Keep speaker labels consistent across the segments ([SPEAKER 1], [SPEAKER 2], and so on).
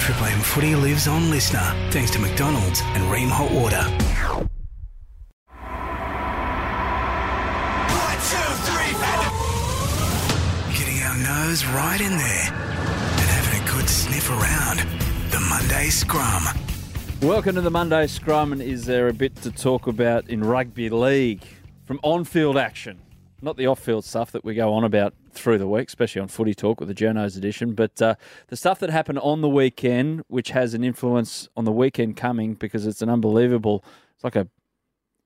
[SPEAKER 1] Triple M footy lives on listener, thanks to McDonald's and Ream Hot Water.
[SPEAKER 2] One, two, three,
[SPEAKER 1] Getting our nose right in there and having a good sniff around the Monday scrum.
[SPEAKER 3] Welcome to the Monday Scrum, and is there a bit to talk about in rugby league from on-field action? Not the off-field stuff that we go on about through the week, especially on Footy Talk with the Journos edition, but uh, the stuff that happened on the weekend, which has an influence on the weekend coming because it's an unbelievable. It's like a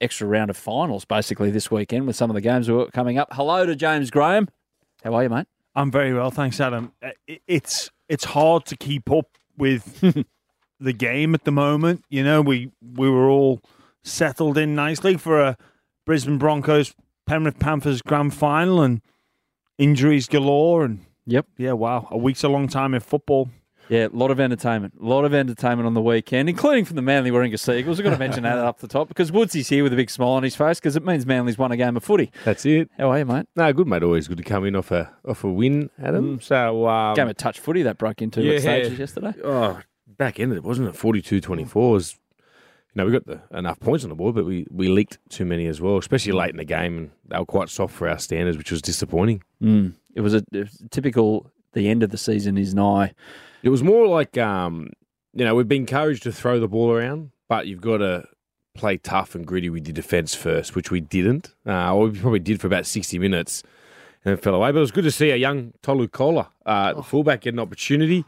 [SPEAKER 3] extra round of finals basically this weekend with some of the games that were coming up. Hello to James Graham. How are you, mate?
[SPEAKER 4] I'm very well, thanks, Adam. Uh, i- It's it's hard to keep up with the game at the moment. You know, we we were all settled in nicely for a Brisbane Broncos Penrith Panthers grand final and injuries galore and
[SPEAKER 3] Yep.
[SPEAKER 4] yeah, wow, a week's a long time in football.
[SPEAKER 3] Yeah, a lot of entertainment. A lot of entertainment on the weekend, including from the Manly Warringah Seagulls. I've got to mention that up the top because Woodsy's here with a big smile on his face because it means Manly's won a game of footy.
[SPEAKER 5] That's it.
[SPEAKER 3] How are you, mate?
[SPEAKER 5] No, good mate. Always good to come in off a off a win, Adam. So um,
[SPEAKER 3] Game of touch footy that broke into
[SPEAKER 5] yeah.
[SPEAKER 3] at stages yesterday.
[SPEAKER 5] oh, back ended, wasn't it? 42-24 was. You know, we got the, enough points on the board, but we, we leaked too many as well, especially late in the game, and they were quite soft for our standards, which was disappointing.
[SPEAKER 3] Mm. It was a it was typical. The end of the season is nigh.
[SPEAKER 5] It was more like, um, you know, we've been encouraged to throw the ball around, but you've got to play tough and gritty with your defence first, which we didn't. Uh, or we probably did for about 60 minutes and then fell away. But it was good to see a young Tolu Kola, uh, the fullback, get an opportunity.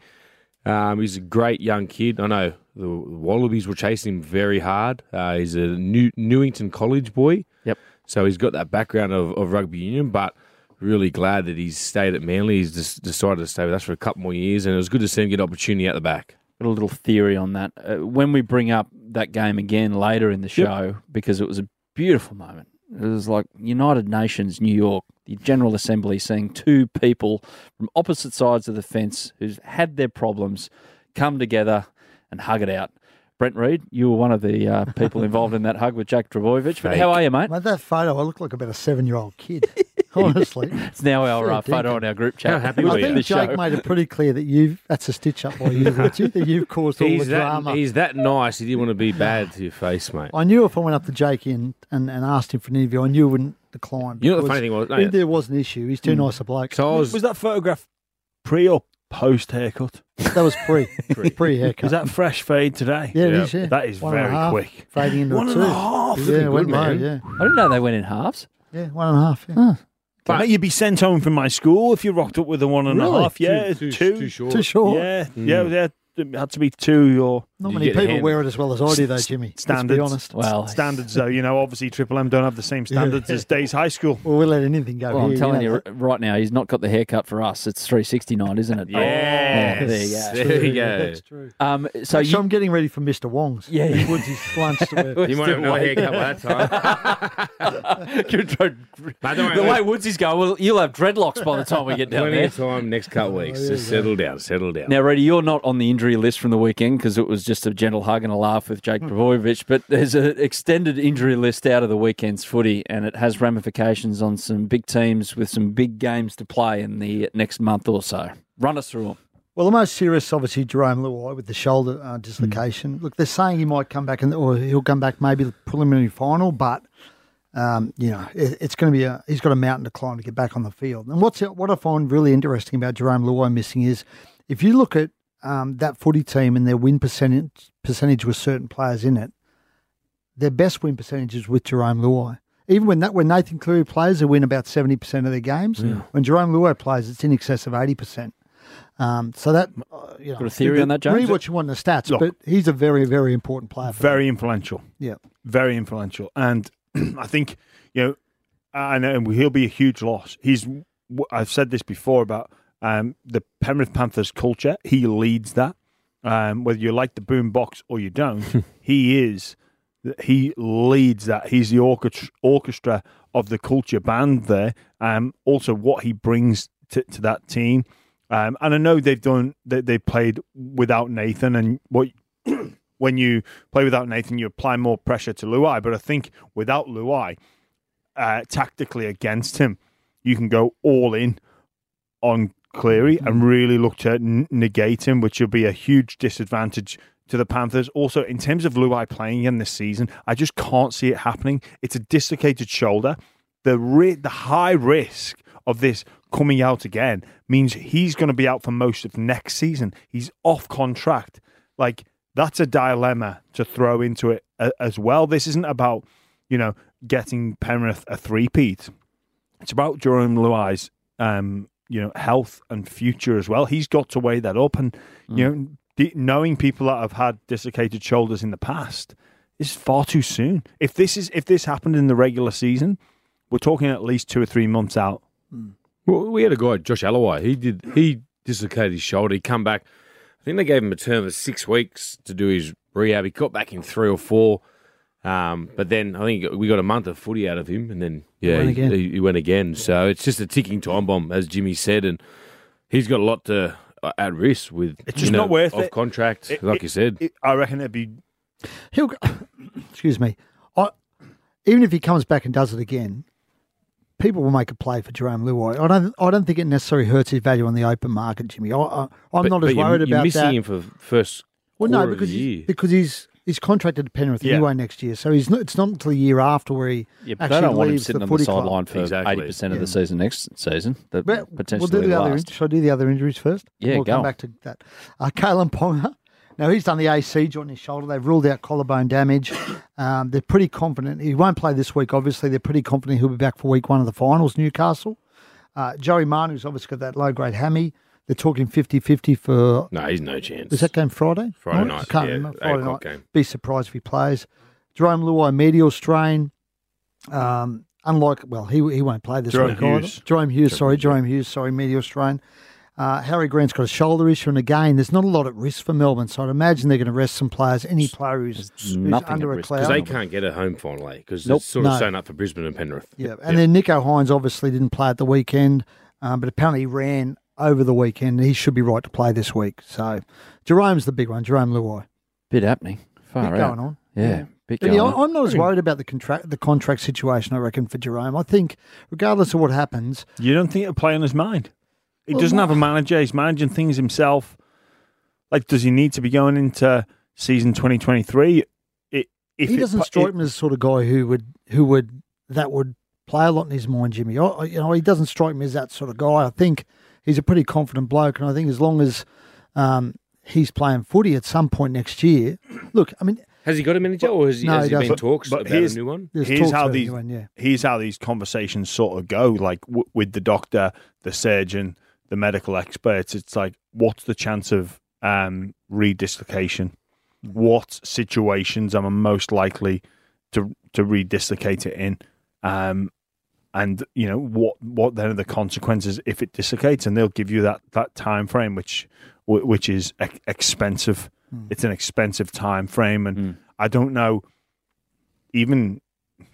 [SPEAKER 5] Um, he's a great young kid. I know the Wallabies were chasing him very hard. Uh, he's a New- Newington College boy.
[SPEAKER 3] Yep.
[SPEAKER 5] So he's got that background of, of rugby union, but really glad that he's stayed at Manly. He's just decided to stay with us for a couple more years, and it was good to see him get opportunity at the back.
[SPEAKER 3] Got a little theory on that. Uh, when we bring up that game again later in the show, because it was a beautiful moment. It was like United Nations, New York, the General Assembly seeing two people from opposite sides of the fence who's had their problems come together and hug it out. Brent Reed, you were one of the uh, people involved in that hug with Jack Travojevic. But how are you, mate?
[SPEAKER 6] Mate, that photo, I look like about a seven year old kid, honestly.
[SPEAKER 3] It's now our uh,
[SPEAKER 6] Sure,
[SPEAKER 3] photo on our group chat.
[SPEAKER 5] How happy
[SPEAKER 3] with
[SPEAKER 5] were
[SPEAKER 6] I
[SPEAKER 5] you?
[SPEAKER 3] the
[SPEAKER 6] think Jake
[SPEAKER 3] show.
[SPEAKER 6] made it pretty clear that you've, that's a stitch up by you, Richie, that you've caused all
[SPEAKER 5] He's
[SPEAKER 6] the
[SPEAKER 5] that,
[SPEAKER 6] drama.
[SPEAKER 5] he's that nice. He didn't want to be bad to your face, mate.
[SPEAKER 6] I knew if I went up to Jake and, and, and asked him for an interview, I knew he wouldn't decline.
[SPEAKER 5] You know the
[SPEAKER 6] because
[SPEAKER 5] funny thing was- no,
[SPEAKER 6] if
[SPEAKER 5] yeah.
[SPEAKER 6] there was an issue. He's too nice a bloke.
[SPEAKER 5] So I was,
[SPEAKER 4] Was that photograph pre or post haircut?
[SPEAKER 6] that was pre pre haircut.
[SPEAKER 4] Was that fresh fade today?
[SPEAKER 6] yeah, it
[SPEAKER 5] Yeah.
[SPEAKER 6] is, yeah.
[SPEAKER 4] That is
[SPEAKER 6] One and a
[SPEAKER 4] very
[SPEAKER 6] half,
[SPEAKER 4] quick.
[SPEAKER 6] Fading into
[SPEAKER 4] One
[SPEAKER 6] a
[SPEAKER 4] and
[SPEAKER 6] two.
[SPEAKER 4] a half.
[SPEAKER 6] Yeah, went
[SPEAKER 5] good,
[SPEAKER 6] low,
[SPEAKER 5] man.
[SPEAKER 6] yeah.
[SPEAKER 3] I didn't know they went in halves.
[SPEAKER 6] Yeah, one and a half. Yeah.
[SPEAKER 5] But-
[SPEAKER 4] Mate, you'd be sent home from my school if you rocked up with a one and a half.
[SPEAKER 6] Really?
[SPEAKER 4] Yeah,
[SPEAKER 5] too,
[SPEAKER 4] two.
[SPEAKER 5] too short.
[SPEAKER 6] Too short.
[SPEAKER 4] Yeah, yeah, yeah. It had to be two or
[SPEAKER 6] Not
[SPEAKER 5] You
[SPEAKER 6] many
[SPEAKER 5] get
[SPEAKER 6] people
[SPEAKER 5] hand-
[SPEAKER 6] wear it as well as I do, though, Jimmy.
[SPEAKER 4] standards.
[SPEAKER 6] Let's be honest.
[SPEAKER 3] Well,
[SPEAKER 4] standards, though. You know, obviously Triple M don't have the same standards as Days High School.
[SPEAKER 6] Well, we'll let anything go.
[SPEAKER 3] Well,
[SPEAKER 6] here,
[SPEAKER 3] I'm telling
[SPEAKER 6] know
[SPEAKER 3] you r- right now, he's not got the haircut for us. It's 369, isn't it?
[SPEAKER 5] Yes.
[SPEAKER 3] Oh, there you
[SPEAKER 5] There you
[SPEAKER 6] that.
[SPEAKER 5] go.
[SPEAKER 6] That's Oh, true.
[SPEAKER 3] go. Um, so
[SPEAKER 6] So
[SPEAKER 3] you,
[SPEAKER 6] I'm getting ready for Mr. Wong's.
[SPEAKER 3] Yeah, yeah.
[SPEAKER 6] Woods his lunch. To wear.
[SPEAKER 5] You might have no haircut by that time.
[SPEAKER 3] you're dro-
[SPEAKER 5] But don't worry,
[SPEAKER 3] the way Woodsy's going, well, you'll have dreadlocks by the time we get down
[SPEAKER 5] Plenty
[SPEAKER 3] there.
[SPEAKER 5] of time next couple weeks. Just settle down, settle down.
[SPEAKER 3] Now, Reddy, you're not on the injury list from the weekend because it was just a gentle hug and a laugh with Jake Trbojevic, but there's an extended injury list out of the weekend's footy, and it has ramifications on some big teams with some big games to play in the next month or so. Run us through them.
[SPEAKER 6] Well, the most serious, obviously, Jerome Luai with the shoulder uh, dislocation. Look, they're saying he might come back, and or he'll come back maybe the preliminary final, but um, you know it, it's going to be a he's got a mountain to climb to get back on the field. And what's what I find really interesting about Jerome Luai missing is if you look at um, that footy team and their win percentage percentage with certain players in it, their best win percentages with Jerome Luai. Even when that when Nathan Cleary plays, they win about seventy percent of their games. When Jerome Luai plays, it's in excess of eighty percent. Um, so that uh, you know,
[SPEAKER 3] Got a theory on that, James?
[SPEAKER 6] Read what you want in the stats,
[SPEAKER 4] Look.
[SPEAKER 6] but he's a very very important player. For them.
[SPEAKER 4] Very influential.
[SPEAKER 6] yeah.
[SPEAKER 4] very influential, and I think you know, I know he'll be a huge loss. He's I've said this before about um, the Penrith Panthers culture. He leads that. Um, whether you like the boom box or you don't, he is. He leads that. He's the orchestra, orchestra of the culture band there. Um, also, what he brings to, to that team. Um, and I know they've done they, they played without Nathan, and what when you play without Nathan, you apply more pressure to Luai. But I think without Luai, uh, tactically against him, you can go all in on Cleary and really look to n- negate him, which will be a huge disadvantage to the Panthers. Also, in terms of Luai playing him this season, I just can't see it happening. It's a dislocated shoulder. The ri- the high risk of this coming out again means he's going to be out for most of next season. He's off contract. Like that's a dilemma to throw into it a- as well. This isn't about you know getting Penrith a three-peat it's about Jerome Luai's um, you know health and future as well. He's got to weigh that up, and you know the, knowing people that have had dislocated shoulders in the past is far too soon. If this is if this happened in the regular season, we're talking at least two or three months out.
[SPEAKER 5] Well, we had a guy, Josh Alloway. He did. He dislocated his shoulder. He come back. I think they gave him a term of six weeks to do his rehab. He got back in three or four. Um, but then I think we got a month of footy out of him, and then yeah,
[SPEAKER 6] Went
[SPEAKER 5] he,
[SPEAKER 6] again.
[SPEAKER 5] he- he went again. So it's just a ticking time bomb, as Jimmy said, and he's got a lot to uh, at risk with.
[SPEAKER 4] It's
[SPEAKER 5] you
[SPEAKER 4] just
[SPEAKER 5] know,
[SPEAKER 4] not worth
[SPEAKER 5] off
[SPEAKER 4] it.
[SPEAKER 5] contract,
[SPEAKER 4] It-
[SPEAKER 5] like
[SPEAKER 4] it-
[SPEAKER 5] you said.
[SPEAKER 4] It- I reckon it'd be
[SPEAKER 6] He'll, go- excuse me. I, even if he comes back and does it again, people will make a play for Jerome Luai. I don't. I don't think it necessarily hurts his value on the open market, Jimmy. I, I, I'm
[SPEAKER 5] But-
[SPEAKER 6] not
[SPEAKER 5] but
[SPEAKER 6] as
[SPEAKER 5] you're-
[SPEAKER 6] worried
[SPEAKER 5] you're
[SPEAKER 6] about
[SPEAKER 5] missing
[SPEAKER 6] that.
[SPEAKER 5] him for first.
[SPEAKER 6] well, no,
[SPEAKER 5] quarter of
[SPEAKER 6] because
[SPEAKER 5] the
[SPEAKER 6] he's,
[SPEAKER 5] year.
[SPEAKER 6] because he's he's contracted to Penrith
[SPEAKER 4] Yeah.
[SPEAKER 6] anyway next year, so he's not, it's not until the year after where he
[SPEAKER 3] Yeah, but
[SPEAKER 6] actually
[SPEAKER 3] they don't want him
[SPEAKER 6] leaves
[SPEAKER 3] sitting
[SPEAKER 6] the
[SPEAKER 3] on
[SPEAKER 6] footy
[SPEAKER 3] the
[SPEAKER 6] club.
[SPEAKER 3] sideline for eighty
[SPEAKER 5] Exactly.
[SPEAKER 3] percent of
[SPEAKER 6] Yeah.
[SPEAKER 3] the season next season. That
[SPEAKER 6] But we'll
[SPEAKER 3] potentially
[SPEAKER 6] do the other. in-
[SPEAKER 3] last.
[SPEAKER 6] Should I do the other injuries first?
[SPEAKER 3] Yeah,
[SPEAKER 6] we'll
[SPEAKER 3] go
[SPEAKER 6] come
[SPEAKER 3] on.
[SPEAKER 6] back to that. Uh, Kalen Ponga. Now he's done the AC joint in his shoulder. They've ruled out collarbone damage. Um, they're pretty confident he won't play this week. Obviously, they're pretty confident he'll be back for week one of the finals. Newcastle. Uh, Joey Manu's obviously got that low grade hammy. They're talking 50-50 for
[SPEAKER 5] No, he's no chance.
[SPEAKER 6] is that game Friday?
[SPEAKER 5] Friday
[SPEAKER 6] I
[SPEAKER 5] night,
[SPEAKER 6] can't
[SPEAKER 5] yeah,
[SPEAKER 6] remember.
[SPEAKER 5] eight
[SPEAKER 6] Friday night.
[SPEAKER 5] o'clock game.
[SPEAKER 6] Be surprised if he plays. Jerome Luai medial strain. Um, unlike, well, he he won't play this
[SPEAKER 4] Jerome
[SPEAKER 6] week either.
[SPEAKER 4] Hughes.
[SPEAKER 6] Jerome Hughes, sorry, Jerome Hughes, sorry, medial strain. Uh, Harry Grant's got a shoulder issue, and again, there's not a lot at risk for Melbourne, so I'd imagine they're going to rest some players. Any player who's, who's
[SPEAKER 3] nothing at
[SPEAKER 6] under a
[SPEAKER 3] risk, 'cause
[SPEAKER 6] cloud,
[SPEAKER 5] Because they can't get a home final, because
[SPEAKER 3] Nope.
[SPEAKER 5] it's sort of
[SPEAKER 6] No.
[SPEAKER 5] sewn up for Brisbane and Penrith.
[SPEAKER 6] yeah, and then Nico Hines obviously didn't play at the weekend, um, but apparently he ran over the weekend. and He should be right to play this week. So Jerome's the big one. Jerome Luai,
[SPEAKER 3] Bit happening.
[SPEAKER 6] bit
[SPEAKER 3] Far out.
[SPEAKER 6] going on.
[SPEAKER 3] Yeah, bit
[SPEAKER 6] But
[SPEAKER 3] going
[SPEAKER 6] yeah,
[SPEAKER 3] on.
[SPEAKER 6] I- I'm not as worried about the contract the contract situation. I reckon for Jerome, I think regardless of what happens,
[SPEAKER 4] you don't think it'll play on his mind. He
[SPEAKER 6] Well,
[SPEAKER 4] doesn't
[SPEAKER 6] no.
[SPEAKER 4] have a manager. He's managing things himself. Like, does he need to be going into season twenty twenty three? If
[SPEAKER 6] he
[SPEAKER 4] it
[SPEAKER 6] doesn't
[SPEAKER 4] pl-
[SPEAKER 6] strike
[SPEAKER 4] it-
[SPEAKER 6] me as the sort of guy who would who would that would play a lot in his mind, Jimmy. I, I- you know, he doesn't strike me as that sort of guy. I think he's a pretty confident bloke, and I think as long as um, he's playing footy at some point next year, look, I mean,
[SPEAKER 5] Has he got a manager, or has he,
[SPEAKER 6] No,
[SPEAKER 5] has
[SPEAKER 6] he
[SPEAKER 5] he been
[SPEAKER 6] doesn't.
[SPEAKER 5] talks
[SPEAKER 4] But
[SPEAKER 5] about
[SPEAKER 4] here's-
[SPEAKER 5] a new one?
[SPEAKER 6] there's
[SPEAKER 4] Here's
[SPEAKER 6] talks
[SPEAKER 4] how
[SPEAKER 6] about
[SPEAKER 4] these-
[SPEAKER 6] anyone, yeah.
[SPEAKER 4] here's how these conversations sort of go like w- with the doctor the surgeon the medical experts it's like what's the chance of um redislocation what situations am i most likely to to redislocate it in um and you know what what then are the consequences if it dislocates and they'll give you that that time frame which wh- which is e- expensive
[SPEAKER 6] Hmm.
[SPEAKER 4] it's an expensive time frame and i don't know even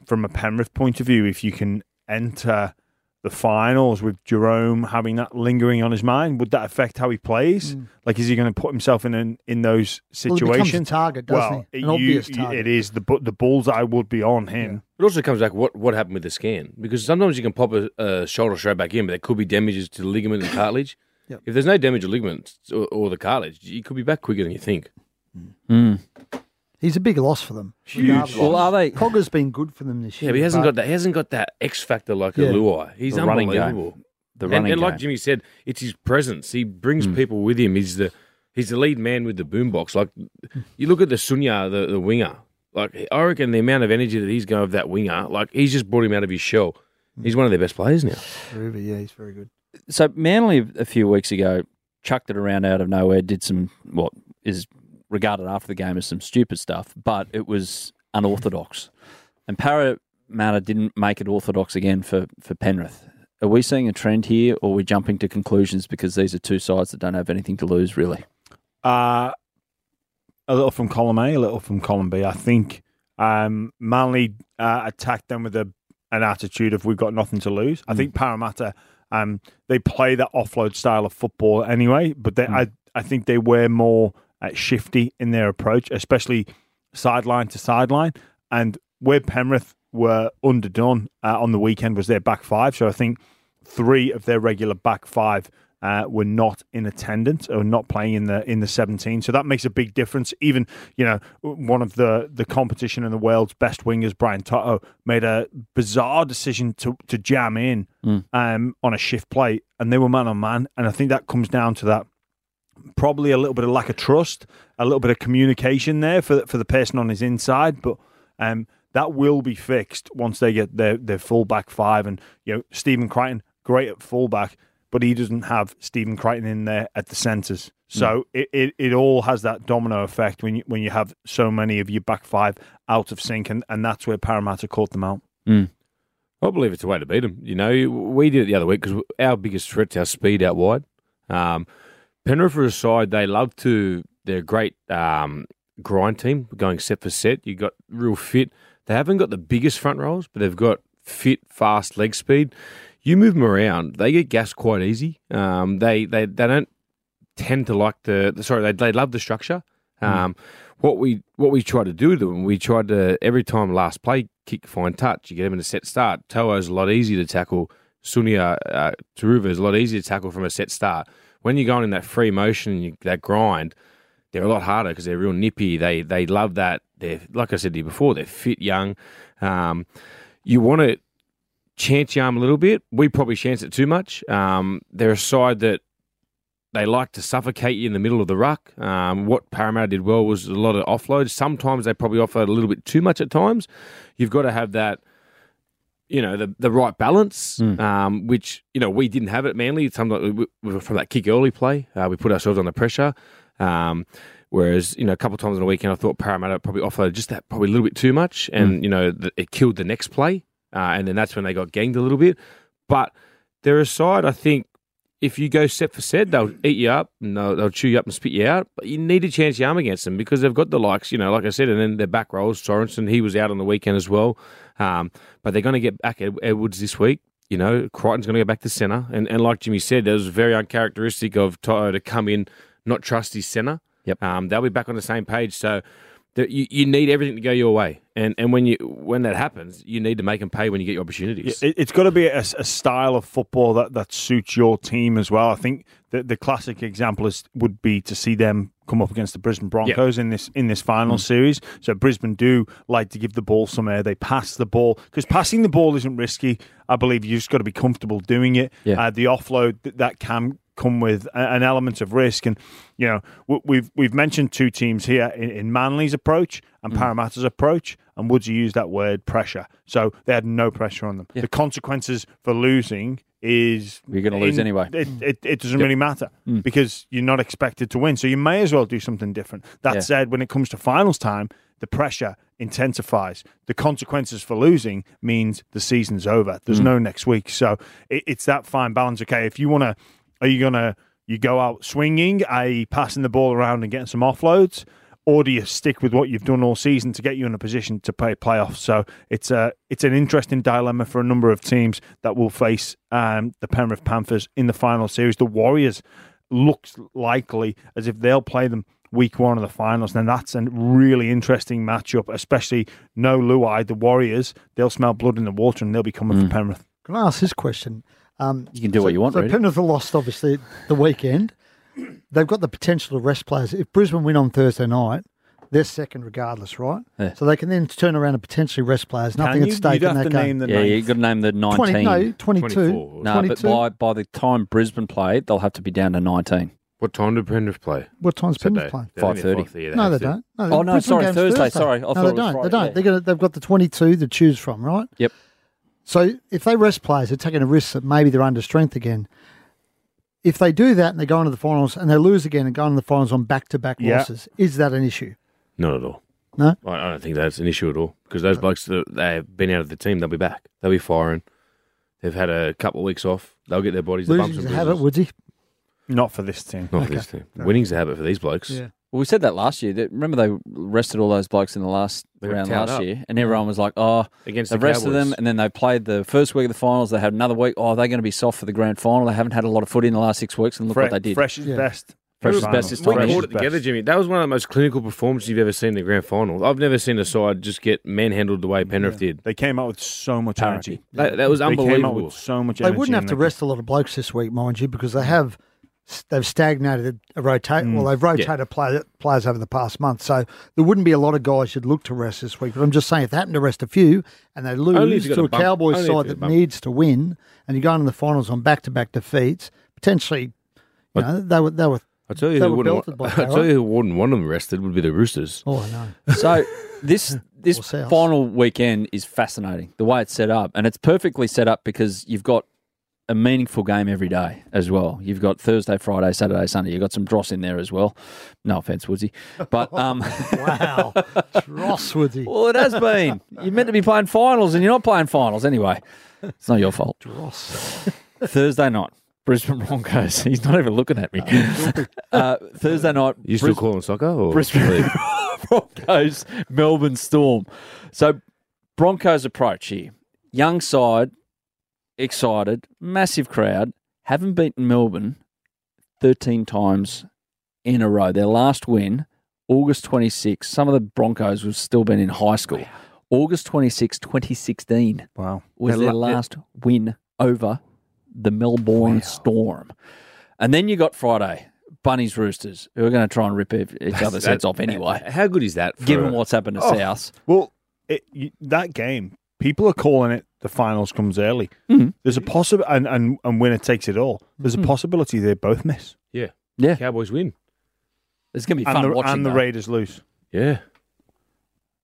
[SPEAKER 4] from a Penrith point of view, if you can enter the finals with Jerome having that lingering on his mind, would that affect how he plays? Like, is he going to put himself in an, in those
[SPEAKER 6] Hmm. Well, he becomes a
[SPEAKER 4] situations?
[SPEAKER 6] target, doesn't he? An
[SPEAKER 4] you-
[SPEAKER 6] obvious
[SPEAKER 4] you-
[SPEAKER 6] target.
[SPEAKER 4] it is the bu- the bullseye would be on him.
[SPEAKER 5] It also comes back what what happened with the scan because sometimes you can pop a, a shoulder straight back in, but there could be damages to the ligament and cartilage.
[SPEAKER 6] Yep.
[SPEAKER 5] If there's no damage to ligament or, or the cartilage, you could be back quicker than you think.
[SPEAKER 6] He's a big loss for them.
[SPEAKER 4] Huge.
[SPEAKER 3] Well, are they?
[SPEAKER 6] Cogger's been good for them this year.
[SPEAKER 5] Yeah, but he hasn't
[SPEAKER 6] but-
[SPEAKER 5] got that. He hasn't got that X factor like
[SPEAKER 6] Yeah.
[SPEAKER 5] a Luai. He's
[SPEAKER 3] The running game.
[SPEAKER 5] unbelievable.
[SPEAKER 3] The
[SPEAKER 5] And-
[SPEAKER 3] running
[SPEAKER 5] and, like
[SPEAKER 3] game. Hmm.
[SPEAKER 5] Jimmy said, it's his presence. He brings people with him. He's the he's the lead man with the boombox. Like you look at the Sunya, the, the winger. Like I reckon the amount of energy that he's going with that winger, like he's just brought him out of his shell.
[SPEAKER 3] Hmm.
[SPEAKER 5] He's one of their best players now.
[SPEAKER 6] Hoover, yeah, he's very good.
[SPEAKER 3] so Manly a few weeks ago chucked it around out of nowhere, did some what is regarded after the game as some stupid stuff, but it was unorthodox. And Parramatta didn't make it orthodox again for, for Penrith. Are we seeing a trend here or are we jumping to conclusions because these are two sides that don't have anything to lose really?
[SPEAKER 4] Uh, a little from column A, a little from column B. I think um, Manly uh, attacked them with a, an attitude of we've got nothing to lose. I think Parramatta um, they play that offload style of football anyway, but they, I I think they were more uh, shifty in their approach, especially sideline to sideline. And where Penrith were underdone uh, on the weekend was their back five. So I think three of their regular back five uh, were not in attendance or not playing in the in the 17. So that makes a big difference. Even you know one of the the competition in the world's best wingers, Brian Toto, made a bizarre decision to to jam in um, on a shift play, and they were man on man. And I think that comes down to that probably a little bit of lack of trust, a little bit of communication there for for the person on his inside, but um, that will be fixed once they get their their fullback five. And you know, Stephen Crichton, great at fullback, but he doesn't have Stephen Crichton in there at the centres. So it, it, it all has that domino effect when you when you have so many of your back five out of sync, and, and that's where Parramatta caught them out.
[SPEAKER 5] I believe it's a way to beat them. You know, we did it the other week because our biggest threat's our speed out wide. Um, Penrith are a side they love to. They're a great um, grind team, going set for set. You got real fit. They haven't got the biggest front rows, but they've got fit, fast leg speed. You move them around, they get gassed quite easy. Um, they they they don't tend to like the, the- sorry they, they love the structure. Um, What we what we try to do to them, we tried to every time last play kick fine touch. You get them in a set start. Toa's a lot easier to tackle. Sunia uh, Taruva is a lot easier to tackle from a set start. When you're going in that free motion, and you, that grind, they're a lot harder because they're real nippy. They they love that. They're like I said to you before, they're fit, young. Um, you want to chance your arm a little bit. We probably chance it too much. Um, they're a side that they like to suffocate you in the middle of the ruck. Um, what Parramatta did well was a lot of offloads. Sometimes they probably offload a little bit too much at times. You've got to have that, you know, the, the right balance, um, which, you know, we didn't have it manly. Sometimes we- we- from that kick early play, uh, we put ourselves under pressure. Um, whereas, you know, a couple of times on the weekend, I thought Parramatta probably offloaded just that, probably a little bit too much. And, you know, th it killed the next play. Uh, and then that's when they got ganged a little bit. But they're a side, I think, if you go set for set, they'll eat you up and they'll, they'll chew you up and spit you out. But you need to chance your arm against them because they've got the likes, you know, like I said, and then their back rolls. Sorensen, he was out on the weekend as well. Um, but they're going to get back Ed- Edwards this week. You know, Crichton's going to go back to centre. And, and like Jimmy said, it was very uncharacteristic of Toto to come in, not trust his centre.
[SPEAKER 3] Yep.
[SPEAKER 5] Um, they'll be back on the same page. So that you, you need everything to go your way. And and when you when that happens, you need to make them pay when you get your opportunities.
[SPEAKER 4] It, it's got to be a, a style of football that, that suits your team as well. I think the, the classic example is, would be to see them come up against the Brisbane Broncos in this in this final series. So Brisbane do like to give the ball some air. They pass the ball because passing the ball isn't risky. I believe you just got to be comfortable doing it.
[SPEAKER 3] Yeah.
[SPEAKER 4] Uh, the offload that, that can come with a- an element of risk. And you know, w- we've we've mentioned two teams here in, in Manly's approach and
[SPEAKER 3] Mm.
[SPEAKER 4] Parramatta's approach. And Woods used that word pressure, so they had no pressure on them. The consequences for losing is
[SPEAKER 3] You're gonna lose anyway.
[SPEAKER 4] It, it, it doesn't really matter because you're not expected to win, so you may as well do something different. That
[SPEAKER 3] Yeah.
[SPEAKER 4] said, when it comes to finals time, the pressure intensifies. The consequences for losing means the season's over. There's no next week. So it, it's that fine balance. Okay, if you want to, are you going to, you go out swinging, i.e., passing the ball around and getting some offloads, or do you stick with what you've done all season to get you in a position to play playoffs? So it's a it's an interesting dilemma for a number of teams that will face um, the Penrith Panthers in the final series. The Warriors looks likely as if they'll play them week one of the finals. Now that's a really interesting matchup, especially no Luai, the Warriors. They'll smell blood in the water and they'll be coming
[SPEAKER 6] Hmm.
[SPEAKER 4] for Penrith.
[SPEAKER 6] Can I ask this question? Um,
[SPEAKER 3] You can do what you want,
[SPEAKER 6] so
[SPEAKER 3] really.
[SPEAKER 6] Penrith are lost, obviously, the weekend. They've got the potential to rest players. If Brisbane win on Thursday night, they're second regardless, right?
[SPEAKER 3] Yeah.
[SPEAKER 6] So they can then turn around and potentially rest players. Nothing
[SPEAKER 4] Can
[SPEAKER 6] at
[SPEAKER 4] you?
[SPEAKER 6] stake
[SPEAKER 4] You'd
[SPEAKER 6] in
[SPEAKER 4] have
[SPEAKER 6] that
[SPEAKER 4] to
[SPEAKER 6] game.
[SPEAKER 4] name the
[SPEAKER 3] Yeah,
[SPEAKER 4] name.
[SPEAKER 3] you've got to name the 19.
[SPEAKER 6] 20, no, 22.
[SPEAKER 5] 24.
[SPEAKER 3] No, but
[SPEAKER 6] 22.
[SPEAKER 3] by by the time Brisbane play it, they'll have to be down to 19.
[SPEAKER 5] What time did Penrith play?
[SPEAKER 6] what time's
[SPEAKER 5] Saturday.
[SPEAKER 6] Penrith playing?
[SPEAKER 5] They're only
[SPEAKER 3] 5:30.
[SPEAKER 5] at 5:30,
[SPEAKER 6] No,
[SPEAKER 5] that's
[SPEAKER 6] they
[SPEAKER 5] it.
[SPEAKER 6] don't.
[SPEAKER 3] Oh, no,
[SPEAKER 6] Brisbane
[SPEAKER 3] sorry,
[SPEAKER 6] game's
[SPEAKER 3] Thursday, sorry. I
[SPEAKER 6] no,
[SPEAKER 3] thought
[SPEAKER 6] they
[SPEAKER 3] it was
[SPEAKER 6] don't.
[SPEAKER 3] Friday,
[SPEAKER 6] they don't.
[SPEAKER 3] yeah.
[SPEAKER 6] They're gonna, they've got the 22 to choose from, right?
[SPEAKER 3] Yep.
[SPEAKER 6] So if they rest players, they're taking a risk that maybe they're under strength again. If they do that and they go into the finals and they lose again and go into the finals on back-to-back
[SPEAKER 4] Yeah.
[SPEAKER 6] losses, is that an issue?
[SPEAKER 5] Not at all.
[SPEAKER 6] No?
[SPEAKER 5] I I don't think that's an issue at all because those blokes that- they've been out of the team, they'll be back. They'll be firing. They've had a couple of weeks off. They'll get their bodies. the bumps
[SPEAKER 6] Losing
[SPEAKER 5] and
[SPEAKER 6] is a habit,
[SPEAKER 5] bruises.
[SPEAKER 6] Woodsy.
[SPEAKER 4] Not for this team.
[SPEAKER 5] Not for this team. Winning's a habit for these blokes.
[SPEAKER 6] Yeah.
[SPEAKER 3] Well, we said that last year. That, remember they rested all those blokes in the last
[SPEAKER 5] They got
[SPEAKER 3] round
[SPEAKER 5] towed
[SPEAKER 3] last
[SPEAKER 5] up.
[SPEAKER 3] year, and everyone was like, "Oh,
[SPEAKER 5] Against
[SPEAKER 3] they've
[SPEAKER 5] the
[SPEAKER 3] rested them,"
[SPEAKER 5] Cowboys.
[SPEAKER 3] and then they played the first week of the finals. They had another week. Oh, they're going to be soft for the grand final. They haven't had a lot of footy in the last six weeks, and look
[SPEAKER 4] Fre-
[SPEAKER 3] what they did.
[SPEAKER 4] Fresh is
[SPEAKER 6] Yeah.
[SPEAKER 4] best.
[SPEAKER 3] Precious
[SPEAKER 4] Final.
[SPEAKER 3] Best is
[SPEAKER 5] We
[SPEAKER 4] Precious
[SPEAKER 3] time.
[SPEAKER 5] called it
[SPEAKER 4] best.
[SPEAKER 5] together, Jimmy. That was one of the most clinical performances you've ever seen in the grand final. I've never seen a side just get manhandled the way Penrith did.
[SPEAKER 4] They came out with so much
[SPEAKER 3] Parity.
[SPEAKER 4] energy.
[SPEAKER 5] That, that was
[SPEAKER 4] They came out
[SPEAKER 5] unbelievable.
[SPEAKER 4] with so much
[SPEAKER 6] They
[SPEAKER 4] energy.
[SPEAKER 6] wouldn't have
[SPEAKER 4] and
[SPEAKER 6] to
[SPEAKER 4] they-
[SPEAKER 6] rest a lot of blokes this week, mind you,
[SPEAKER 5] Mm.
[SPEAKER 6] because they have they've stagnated a rotate. Well, they've rotated play, players over the past month, so there wouldn't be a lot of guys you'd look to rest this week. But I'm just saying, if they happen to rest a few and they
[SPEAKER 5] Only if
[SPEAKER 6] lose
[SPEAKER 5] you've got
[SPEAKER 6] to
[SPEAKER 5] a
[SPEAKER 6] a
[SPEAKER 5] bump.
[SPEAKER 6] Cowboys
[SPEAKER 5] Only if
[SPEAKER 6] side
[SPEAKER 5] you've got a
[SPEAKER 6] that
[SPEAKER 5] bump.
[SPEAKER 6] needs to win, and you go into the finals on back-to-back defeats, potentially, you know, they were they were.
[SPEAKER 5] I tell you
[SPEAKER 6] They
[SPEAKER 5] who
[SPEAKER 6] were
[SPEAKER 5] wouldn't.
[SPEAKER 6] belted
[SPEAKER 5] Want,
[SPEAKER 6] by
[SPEAKER 5] I tell
[SPEAKER 6] Barra.
[SPEAKER 5] you who wouldn't want them arrested would be the Roosters.
[SPEAKER 6] Oh, I know.
[SPEAKER 3] So this this
[SPEAKER 6] Or South.
[SPEAKER 3] final weekend is fascinating. The way it's set up, and it's perfectly set up because you've got a meaningful game every day as well. You've got Thursday, Friday, Saturday, Sunday. You've got some dross in there as well. No offense, Woodsy, but um,
[SPEAKER 6] Wow, Ross Woodsy.
[SPEAKER 3] well, it has been. You're meant to be playing finals, and you're not playing finals anyway. It's not your fault.
[SPEAKER 6] Ross.
[SPEAKER 3] Thursday night, Brisbane Broncos. He's not even looking at me. Uh, Thursday night,
[SPEAKER 5] You still
[SPEAKER 3] Brisbane-
[SPEAKER 5] calling soccer? Or
[SPEAKER 3] Brisbane Broncos, Melbourne Storm. So Broncos approach here. Young side, excited, massive crowd. Haven't beaten Melbourne 13 times in a row. Their last win, August 26. Some of the Broncos have still been in high school. August 26, 2016
[SPEAKER 4] Wow.
[SPEAKER 3] was
[SPEAKER 4] They're
[SPEAKER 3] their
[SPEAKER 4] la-
[SPEAKER 3] last win over the Melbourne Storm. And then you got Friday, Bunnies Roosters, who are going to try and rip ev- each other's
[SPEAKER 5] That-
[SPEAKER 3] heads off anyway,
[SPEAKER 5] How good is that? For
[SPEAKER 3] given
[SPEAKER 5] a-
[SPEAKER 3] what's happened to
[SPEAKER 4] Oh.
[SPEAKER 3] South.
[SPEAKER 4] Well, it, you, that game, people are calling it the finals comes early.
[SPEAKER 3] Mhm.
[SPEAKER 4] There's a possible and, and and winner takes it all. There's a possibility they both miss,
[SPEAKER 5] Yeah,
[SPEAKER 3] Yeah.
[SPEAKER 5] Cowboys win.
[SPEAKER 3] It's going to be fun
[SPEAKER 4] and the,
[SPEAKER 3] watching.
[SPEAKER 4] and the
[SPEAKER 3] though.
[SPEAKER 4] Raiders lose.
[SPEAKER 5] Yeah,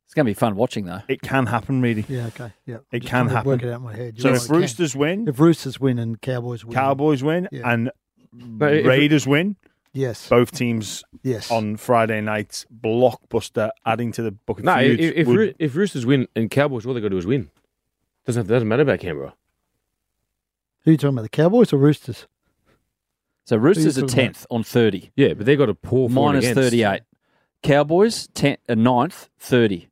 [SPEAKER 3] it's going to be fun watching, though.
[SPEAKER 4] It can happen, really.
[SPEAKER 6] Yeah. Okay. Yeah.
[SPEAKER 4] It
[SPEAKER 6] Just
[SPEAKER 4] can
[SPEAKER 6] trying to
[SPEAKER 4] happen.
[SPEAKER 6] Work it out in my head.
[SPEAKER 4] So
[SPEAKER 6] You're
[SPEAKER 4] if
[SPEAKER 6] right, it can.
[SPEAKER 4] Roosters win,
[SPEAKER 6] if Roosters win and Cowboys win,
[SPEAKER 4] Cowboys win,
[SPEAKER 6] Yeah.
[SPEAKER 4] and
[SPEAKER 5] if-
[SPEAKER 4] Raiders win,
[SPEAKER 6] yes,
[SPEAKER 4] both teams
[SPEAKER 6] yes,
[SPEAKER 4] on Friday night's blockbuster, adding to the book of
[SPEAKER 5] no. If,
[SPEAKER 4] feuds
[SPEAKER 5] if,
[SPEAKER 4] would-
[SPEAKER 5] Roo- if Roosters win and Cowboys, all they got to do is win. Doesn't have, doesn't matter about Canberra.
[SPEAKER 6] Who you talking about, the Cowboys or Roosters?
[SPEAKER 3] So Roosters are
[SPEAKER 6] talking about?
[SPEAKER 3] 10th on 30,
[SPEAKER 5] Yeah, but they got a poor for and
[SPEAKER 3] minus
[SPEAKER 5] against.
[SPEAKER 3] 38. Cowboys, 10th, uh, 9th, 30,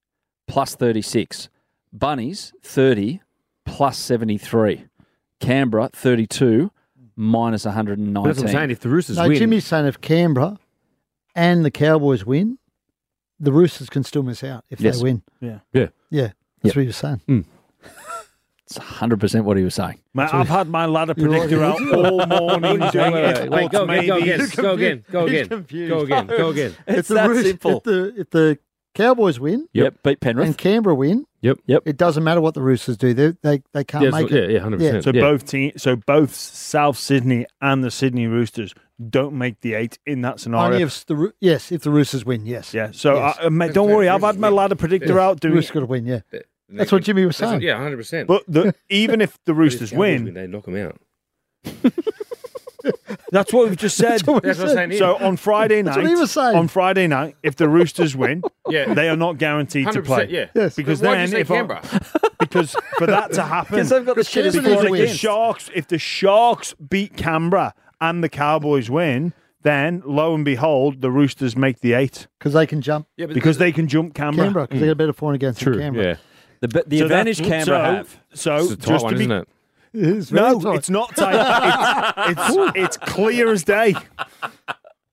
[SPEAKER 3] plus 36. Bunnies, 30, plus 73. Canberra, 32, minus 119.
[SPEAKER 5] But That's what I'm saying. If the Roosters
[SPEAKER 6] No,
[SPEAKER 5] win,
[SPEAKER 6] Jimmy's saying if Canberra and the Cowboys win, the Roosters can still miss out if
[SPEAKER 3] Yes.
[SPEAKER 6] they win.
[SPEAKER 4] Yeah.
[SPEAKER 5] Yeah. Mm.
[SPEAKER 6] yeah, that's what he was saying.
[SPEAKER 3] It's 100% what he was saying.
[SPEAKER 4] Man, I've had my ladder
[SPEAKER 6] You're right.
[SPEAKER 4] predictor out all morning.
[SPEAKER 5] Wait,
[SPEAKER 4] doing
[SPEAKER 5] wait, wait,
[SPEAKER 4] it,
[SPEAKER 5] wait, go,
[SPEAKER 4] but
[SPEAKER 5] again, go
[SPEAKER 4] maybe-
[SPEAKER 5] again, go again, go again, go again, go again.
[SPEAKER 3] It's,
[SPEAKER 6] If the
[SPEAKER 3] that
[SPEAKER 6] Roos-
[SPEAKER 3] simple.
[SPEAKER 6] If the, if the Cowboys win
[SPEAKER 3] Yep.
[SPEAKER 5] Yep.
[SPEAKER 3] beat Penrith.
[SPEAKER 6] and Canberra win,
[SPEAKER 5] Yep.
[SPEAKER 6] it doesn't matter what the Roosters do; they they, they can't
[SPEAKER 5] Yeah,
[SPEAKER 6] make
[SPEAKER 5] yeah,
[SPEAKER 6] it.
[SPEAKER 5] yeah, hundred percent.
[SPEAKER 4] So both team, so both South Sydney and the Sydney Roosters don't make the eight in that scenario.
[SPEAKER 6] Only if the Roo- yes, if the Roosters win, yes,
[SPEAKER 4] yeah. So
[SPEAKER 6] Yes.
[SPEAKER 4] I, uh, mate, don't worry. I've had my ladder predictor out doing.
[SPEAKER 6] Roosters
[SPEAKER 4] it.
[SPEAKER 6] got to win. Yeah, that's what Jimmy was saying.
[SPEAKER 5] Yeah, hundred percent.
[SPEAKER 4] But the, even if the Roosters win,
[SPEAKER 5] they knock them out.
[SPEAKER 4] that's what we've just said.
[SPEAKER 6] what he
[SPEAKER 5] That's what I'm
[SPEAKER 6] said.
[SPEAKER 5] saying.
[SPEAKER 4] So on Friday night,
[SPEAKER 6] That's what he was saying.
[SPEAKER 4] on Friday night, if the Roosters win,
[SPEAKER 5] Yeah.
[SPEAKER 4] they are not guaranteed to play.
[SPEAKER 5] Yeah.
[SPEAKER 6] Yes.
[SPEAKER 4] because
[SPEAKER 5] Why'd you
[SPEAKER 4] then
[SPEAKER 5] say
[SPEAKER 4] if I-
[SPEAKER 5] Canberra?
[SPEAKER 4] because for that to happen,
[SPEAKER 3] Because they've got the
[SPEAKER 6] Because
[SPEAKER 3] shittest record
[SPEAKER 6] Canberra
[SPEAKER 4] Because
[SPEAKER 6] Everything
[SPEAKER 4] if the
[SPEAKER 3] against.
[SPEAKER 4] Sharks, if the Sharks beat Canberra and the Cowboys win, then lo and behold, the Roosters make the eight
[SPEAKER 6] because they can jump
[SPEAKER 5] yeah, but
[SPEAKER 4] because they can jump Canberra.
[SPEAKER 6] Canberra because they got a better for and against than
[SPEAKER 5] Mm. True.
[SPEAKER 6] Canberra.
[SPEAKER 5] Yeah.
[SPEAKER 3] The, be- the
[SPEAKER 4] So that-
[SPEAKER 3] advantage Canberra
[SPEAKER 4] so,
[SPEAKER 3] have.
[SPEAKER 4] So
[SPEAKER 5] It's a tight
[SPEAKER 4] just
[SPEAKER 5] one,
[SPEAKER 4] to be,
[SPEAKER 5] isn't it?
[SPEAKER 6] It is very
[SPEAKER 4] no,
[SPEAKER 6] tight.
[SPEAKER 4] it's not tight. it's, it's it's clear as day.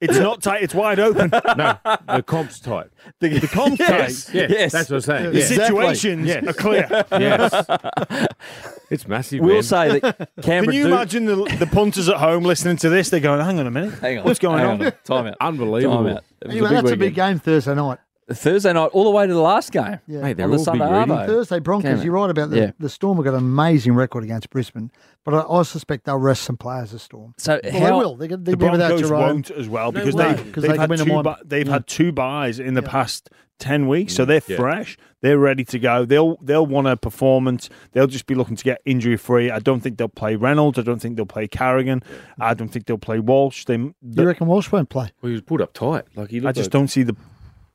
[SPEAKER 4] It's not tight. It's wide open.
[SPEAKER 5] No, the comp's tight.
[SPEAKER 4] The, the comp's tight.
[SPEAKER 5] Yeah,
[SPEAKER 3] Yes.
[SPEAKER 5] that's what I'm saying.
[SPEAKER 4] The
[SPEAKER 5] Yeah.
[SPEAKER 6] Exactly.
[SPEAKER 4] situations are clear.
[SPEAKER 5] yes. It's massive.
[SPEAKER 3] We'll
[SPEAKER 5] man.
[SPEAKER 3] say that Canberra
[SPEAKER 4] Can you
[SPEAKER 3] do-
[SPEAKER 4] imagine the, the punters at home listening to this? They're going, "Hang on a minute,
[SPEAKER 3] Hang on.
[SPEAKER 4] what's going
[SPEAKER 3] hang
[SPEAKER 4] on?"
[SPEAKER 3] Time out. Time
[SPEAKER 5] unbelievable.
[SPEAKER 3] out. It was
[SPEAKER 6] Anyway, that's a big
[SPEAKER 3] weekend.
[SPEAKER 6] game Thursday night.
[SPEAKER 3] Thursday night, all the way to the last game.
[SPEAKER 6] Yeah.
[SPEAKER 5] Mate, they're
[SPEAKER 3] on the
[SPEAKER 5] all
[SPEAKER 3] Sunday
[SPEAKER 5] big reading.
[SPEAKER 3] Arvo.
[SPEAKER 6] Thursday
[SPEAKER 3] Can't
[SPEAKER 6] Broncos.
[SPEAKER 3] it?
[SPEAKER 6] You're right about the,
[SPEAKER 3] Yeah.
[SPEAKER 6] the Storm. Have got an amazing record against Brisbane, but I, I suspect they'll rest some players. The Storm.
[SPEAKER 3] So
[SPEAKER 6] Well,
[SPEAKER 3] how
[SPEAKER 6] they will. They can they
[SPEAKER 4] the
[SPEAKER 6] can be without
[SPEAKER 4] Broncos
[SPEAKER 6] Jerome.
[SPEAKER 4] won't as well because
[SPEAKER 6] way.
[SPEAKER 4] they've,
[SPEAKER 6] 'Cause
[SPEAKER 4] they've had
[SPEAKER 6] they can win
[SPEAKER 4] two
[SPEAKER 6] them
[SPEAKER 4] bu-
[SPEAKER 6] on-
[SPEAKER 4] they've
[SPEAKER 6] yeah.
[SPEAKER 4] had two buys in the
[SPEAKER 6] Yeah.
[SPEAKER 4] past ten weeks, so they're
[SPEAKER 5] Yeah.
[SPEAKER 4] fresh. They're ready to go. They'll they'll want a performance. They'll just be looking to get injury free. I don't think they'll play Reynolds. I don't think they'll play Carrigan. I don't think they'll play Walsh. They,
[SPEAKER 6] You reckon Walsh won't play?
[SPEAKER 5] Well, he was pulled up tight. Like he
[SPEAKER 4] I
[SPEAKER 5] looked
[SPEAKER 4] just
[SPEAKER 5] like,
[SPEAKER 4] don't see the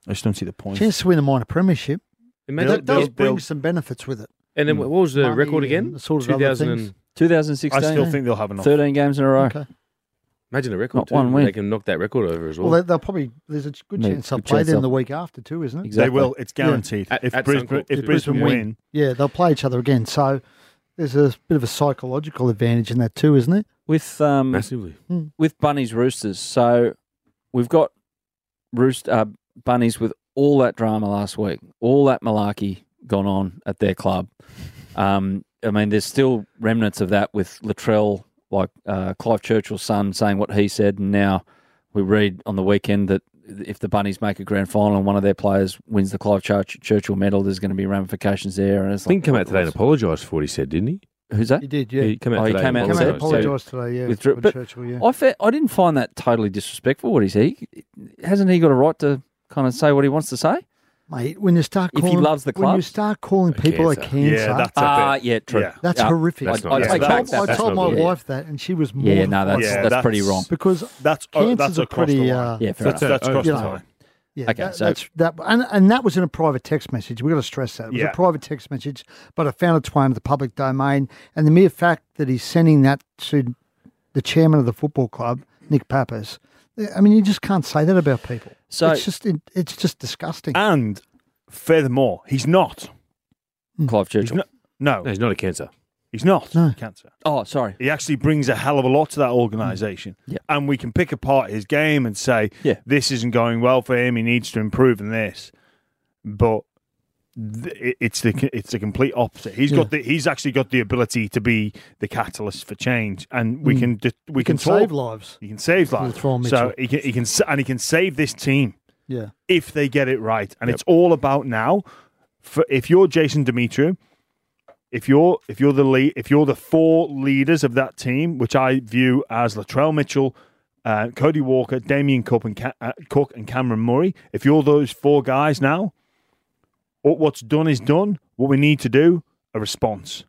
[SPEAKER 4] I just don't see the point.
[SPEAKER 6] Chance to win a minor premiership.
[SPEAKER 5] Imagine-
[SPEAKER 6] That
[SPEAKER 4] They'll-
[SPEAKER 6] does
[SPEAKER 4] they'll-
[SPEAKER 6] bring
[SPEAKER 4] they'll-
[SPEAKER 6] some benefits with it.
[SPEAKER 5] and then what was the
[SPEAKER 6] Money
[SPEAKER 5] record again?
[SPEAKER 6] and sort of other
[SPEAKER 5] 2000
[SPEAKER 6] things.
[SPEAKER 5] and-
[SPEAKER 3] 2016,
[SPEAKER 4] I still think they'll have enough.
[SPEAKER 3] 13 games in a row.
[SPEAKER 6] Okay.
[SPEAKER 5] Imagine the record.
[SPEAKER 3] Not
[SPEAKER 5] too.
[SPEAKER 3] one win.
[SPEAKER 5] They can knock that record over as well.
[SPEAKER 6] Well, they, they'll probably. There's a good
[SPEAKER 3] Yeah,
[SPEAKER 6] chance they'll
[SPEAKER 3] good
[SPEAKER 6] play
[SPEAKER 3] chance
[SPEAKER 6] them
[SPEAKER 3] they'll-
[SPEAKER 6] the week after too, isn't it?
[SPEAKER 4] They
[SPEAKER 3] Exactly.
[SPEAKER 4] will. It's guaranteed.
[SPEAKER 5] At-
[SPEAKER 4] if
[SPEAKER 5] at
[SPEAKER 4] Brisbane
[SPEAKER 5] Suncorp,
[SPEAKER 4] if
[SPEAKER 5] too.
[SPEAKER 4] Brisbane win,
[SPEAKER 6] Yeah, they'll play each other again. So there's a bit of a psychological advantage in that too, isn't it?
[SPEAKER 3] With um,
[SPEAKER 5] Massively.
[SPEAKER 3] with Bunnies Roosters. So we've got roost uh, bunnies with all that drama last week, all that malarkey gone on at their club. Um, I mean, there's still remnants of that with Latrell, like uh, Clive Churchill's son, saying what he said, and now we read on the weekend that if the bunnies make a grand final and one of their players wins the Clive Church- Churchill Medal, there's going to be ramifications there. And it's
[SPEAKER 5] I think
[SPEAKER 3] like,
[SPEAKER 5] he came out today and apologised for what he said, didn't he?
[SPEAKER 3] who's that?
[SPEAKER 6] He did, yeah.
[SPEAKER 5] He came out
[SPEAKER 3] Oh, he
[SPEAKER 5] today
[SPEAKER 3] came
[SPEAKER 5] and
[SPEAKER 3] out
[SPEAKER 6] Came out
[SPEAKER 3] so-
[SPEAKER 6] and
[SPEAKER 3] so-
[SPEAKER 6] apologised today, yeah.
[SPEAKER 3] withdrew-
[SPEAKER 6] for
[SPEAKER 3] but-
[SPEAKER 6] Churchill, yeah.
[SPEAKER 3] I, fe- I didn't find that totally disrespectful. What he said, He- hasn't he got a right to kind of say what he wants to say?
[SPEAKER 6] Mate, when you start
[SPEAKER 3] If he
[SPEAKER 6] calling,
[SPEAKER 3] loves the
[SPEAKER 6] when you
[SPEAKER 3] clubs.
[SPEAKER 6] start calling
[SPEAKER 5] A
[SPEAKER 6] people a
[SPEAKER 5] cancer.
[SPEAKER 6] cancer,
[SPEAKER 4] Yeah, that's a
[SPEAKER 3] Ah,
[SPEAKER 4] bit.
[SPEAKER 3] yeah, true.
[SPEAKER 4] Yeah.
[SPEAKER 6] that's
[SPEAKER 3] Yeah.
[SPEAKER 6] horrific.
[SPEAKER 5] That's
[SPEAKER 3] I-
[SPEAKER 5] not-
[SPEAKER 3] I
[SPEAKER 5] yeah,
[SPEAKER 6] I
[SPEAKER 3] take
[SPEAKER 4] that's-
[SPEAKER 3] back
[SPEAKER 6] told,
[SPEAKER 3] that.
[SPEAKER 6] I
[SPEAKER 5] that's
[SPEAKER 6] told my
[SPEAKER 5] not good.
[SPEAKER 6] wife that, and she was
[SPEAKER 3] Yeah,
[SPEAKER 6] mortified.
[SPEAKER 3] no, that's
[SPEAKER 4] Yeah,
[SPEAKER 3] that's pretty
[SPEAKER 4] that's-
[SPEAKER 3] wrong.
[SPEAKER 6] because
[SPEAKER 4] That's oh,
[SPEAKER 6] cancer's
[SPEAKER 4] that's
[SPEAKER 6] a
[SPEAKER 4] across
[SPEAKER 6] pretty.
[SPEAKER 4] the line.
[SPEAKER 6] Uh,
[SPEAKER 3] Yeah, fair enough.
[SPEAKER 5] That's a-
[SPEAKER 4] that's across
[SPEAKER 6] you
[SPEAKER 4] the
[SPEAKER 6] know,
[SPEAKER 4] line.
[SPEAKER 6] Yeah,
[SPEAKER 3] Okay,
[SPEAKER 6] that,
[SPEAKER 3] so-
[SPEAKER 6] that's that, and, and that was in a private text message. We've got to stress that it was
[SPEAKER 4] Yeah.
[SPEAKER 6] a private text message, but I found its way into the public domain. And the mere fact that he's sending that to the chairman of the football club, Nick Pappas, eh, I mean, you just can't say that about people.
[SPEAKER 3] So-
[SPEAKER 6] it's just it, it's just disgusting.
[SPEAKER 4] And furthermore, he's not.
[SPEAKER 3] Clive
[SPEAKER 4] He's
[SPEAKER 3] Churchill.
[SPEAKER 4] not. No,
[SPEAKER 5] No, he's not a cancer.
[SPEAKER 4] he's not.
[SPEAKER 6] No.
[SPEAKER 4] Cancer.
[SPEAKER 3] Oh, sorry.
[SPEAKER 4] He actually brings a hell of a lot to that organisation.
[SPEAKER 3] Yeah.
[SPEAKER 4] And we can pick apart his game and say,
[SPEAKER 3] Yeah.
[SPEAKER 4] this isn't going well for him. He needs to improve in this. But th- it- it's the it's the complete opposite. He's got the, he's actually got the ability to be the catalyst for change, and we can di- we
[SPEAKER 6] You can
[SPEAKER 4] talk-
[SPEAKER 6] save lives.
[SPEAKER 4] He can save
[SPEAKER 6] With
[SPEAKER 4] lives.
[SPEAKER 6] Latrell
[SPEAKER 4] So
[SPEAKER 6] Mitchell.
[SPEAKER 4] he can he can sa- and he can save this team
[SPEAKER 6] Yeah,
[SPEAKER 4] if they get it right. And it's all about now. For if you're Jason Demetriou, if you're if you're the lead, if you're the four leaders of that team, which I view as Latrell Mitchell, uh, Cody Walker, Damien Cook, and Ca- uh, Cook and Cameron Murray. If you're those four guys now, what what's done is done. What we need to do a response.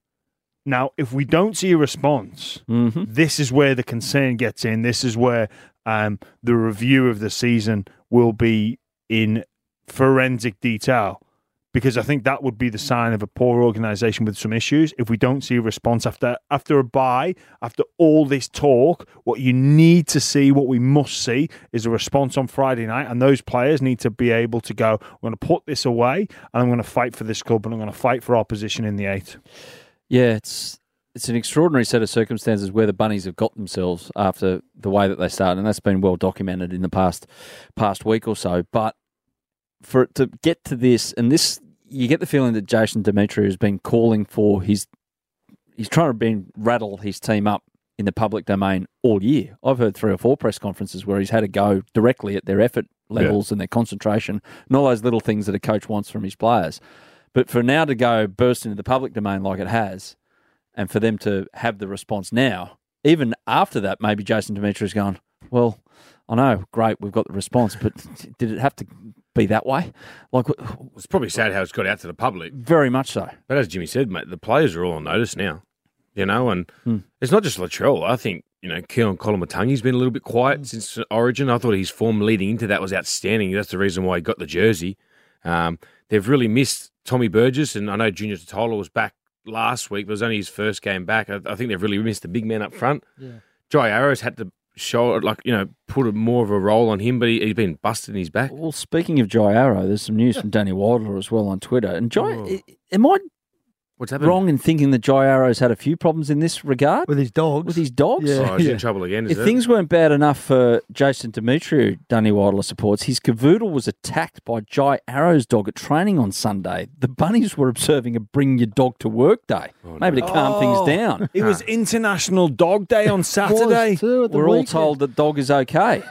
[SPEAKER 4] Now, if we don't see a response,
[SPEAKER 3] Mm-hmm.
[SPEAKER 4] this is where the concern gets in. This is where um, the review of the season will be in forensic detail because I think that would be the sign of a poor organisation with some issues. If we don't see a response after after a buy, after all this talk, what you need to see, what we must see, is a response on Friday night, and those players need to be able to go. I'm going to put this away, and I'm going to fight for this club, and I'm going to fight for our position in the eight.
[SPEAKER 3] Yeah, it's it's an extraordinary set of circumstances where the bunnies have got themselves after the way that they started, and that's been well documented in the past past week or so. But for it to get to this, and this, you get the feeling that Jason Demetriou has been calling for his he's trying to been rattle his team up in the public domain all year. I've heard three or four press conferences where he's had a go directly at their effort levels and their concentration and all those little things that a coach wants from his players. But for now to go burst into the public domain like it has, and for them to have the response now, even after that, maybe Jason Demetriou's gone, well, I know, great, we've got the response, but did it have to be that way? Like, w-
[SPEAKER 5] It's probably sad how it's got out to the public.
[SPEAKER 3] very much so.
[SPEAKER 5] But as Jimmy said, mate, the players are all on notice now. You know, and it's not just Latrell. I think, you know, Keon Colomatungi's been a little bit quiet since Origin. I thought his form leading into that was outstanding. That's the reason why he got the jersey. Um, they've really missed Tommy Burgess, and I know Junior Totola was back last week, but it was only his first game back. I, I think they've really missed the big man up front.
[SPEAKER 6] Yeah.
[SPEAKER 5] Jai Arrows had to show, like, you know, put a, more of a role on him, but he, he's been busted in his back.
[SPEAKER 3] Well, speaking of Jai Arrow, there's some news from Danny Wilder as well on Twitter. And Jai,
[SPEAKER 5] Oh.
[SPEAKER 3] i- am I
[SPEAKER 5] What's happened?
[SPEAKER 3] wrong in thinking that Jai Arrow's had a few problems in this regard
[SPEAKER 6] with his dogs.
[SPEAKER 3] with his dogs?
[SPEAKER 6] Yeah.
[SPEAKER 5] Oh, he's in trouble again, is
[SPEAKER 3] If things weren't bad enough for Jason Demetriou, Danny Wilder supports, his cavoodle was attacked by Jai Arrow's dog at training on Sunday. The bunnies were observing a bring your dog to work day, maybe to calm
[SPEAKER 4] Oh.
[SPEAKER 3] things down.
[SPEAKER 4] It was International Dog Day on
[SPEAKER 6] Ah. Was
[SPEAKER 4] Saturday.
[SPEAKER 6] too at the
[SPEAKER 3] We're all
[SPEAKER 6] weekend.
[SPEAKER 3] told that dog is okay.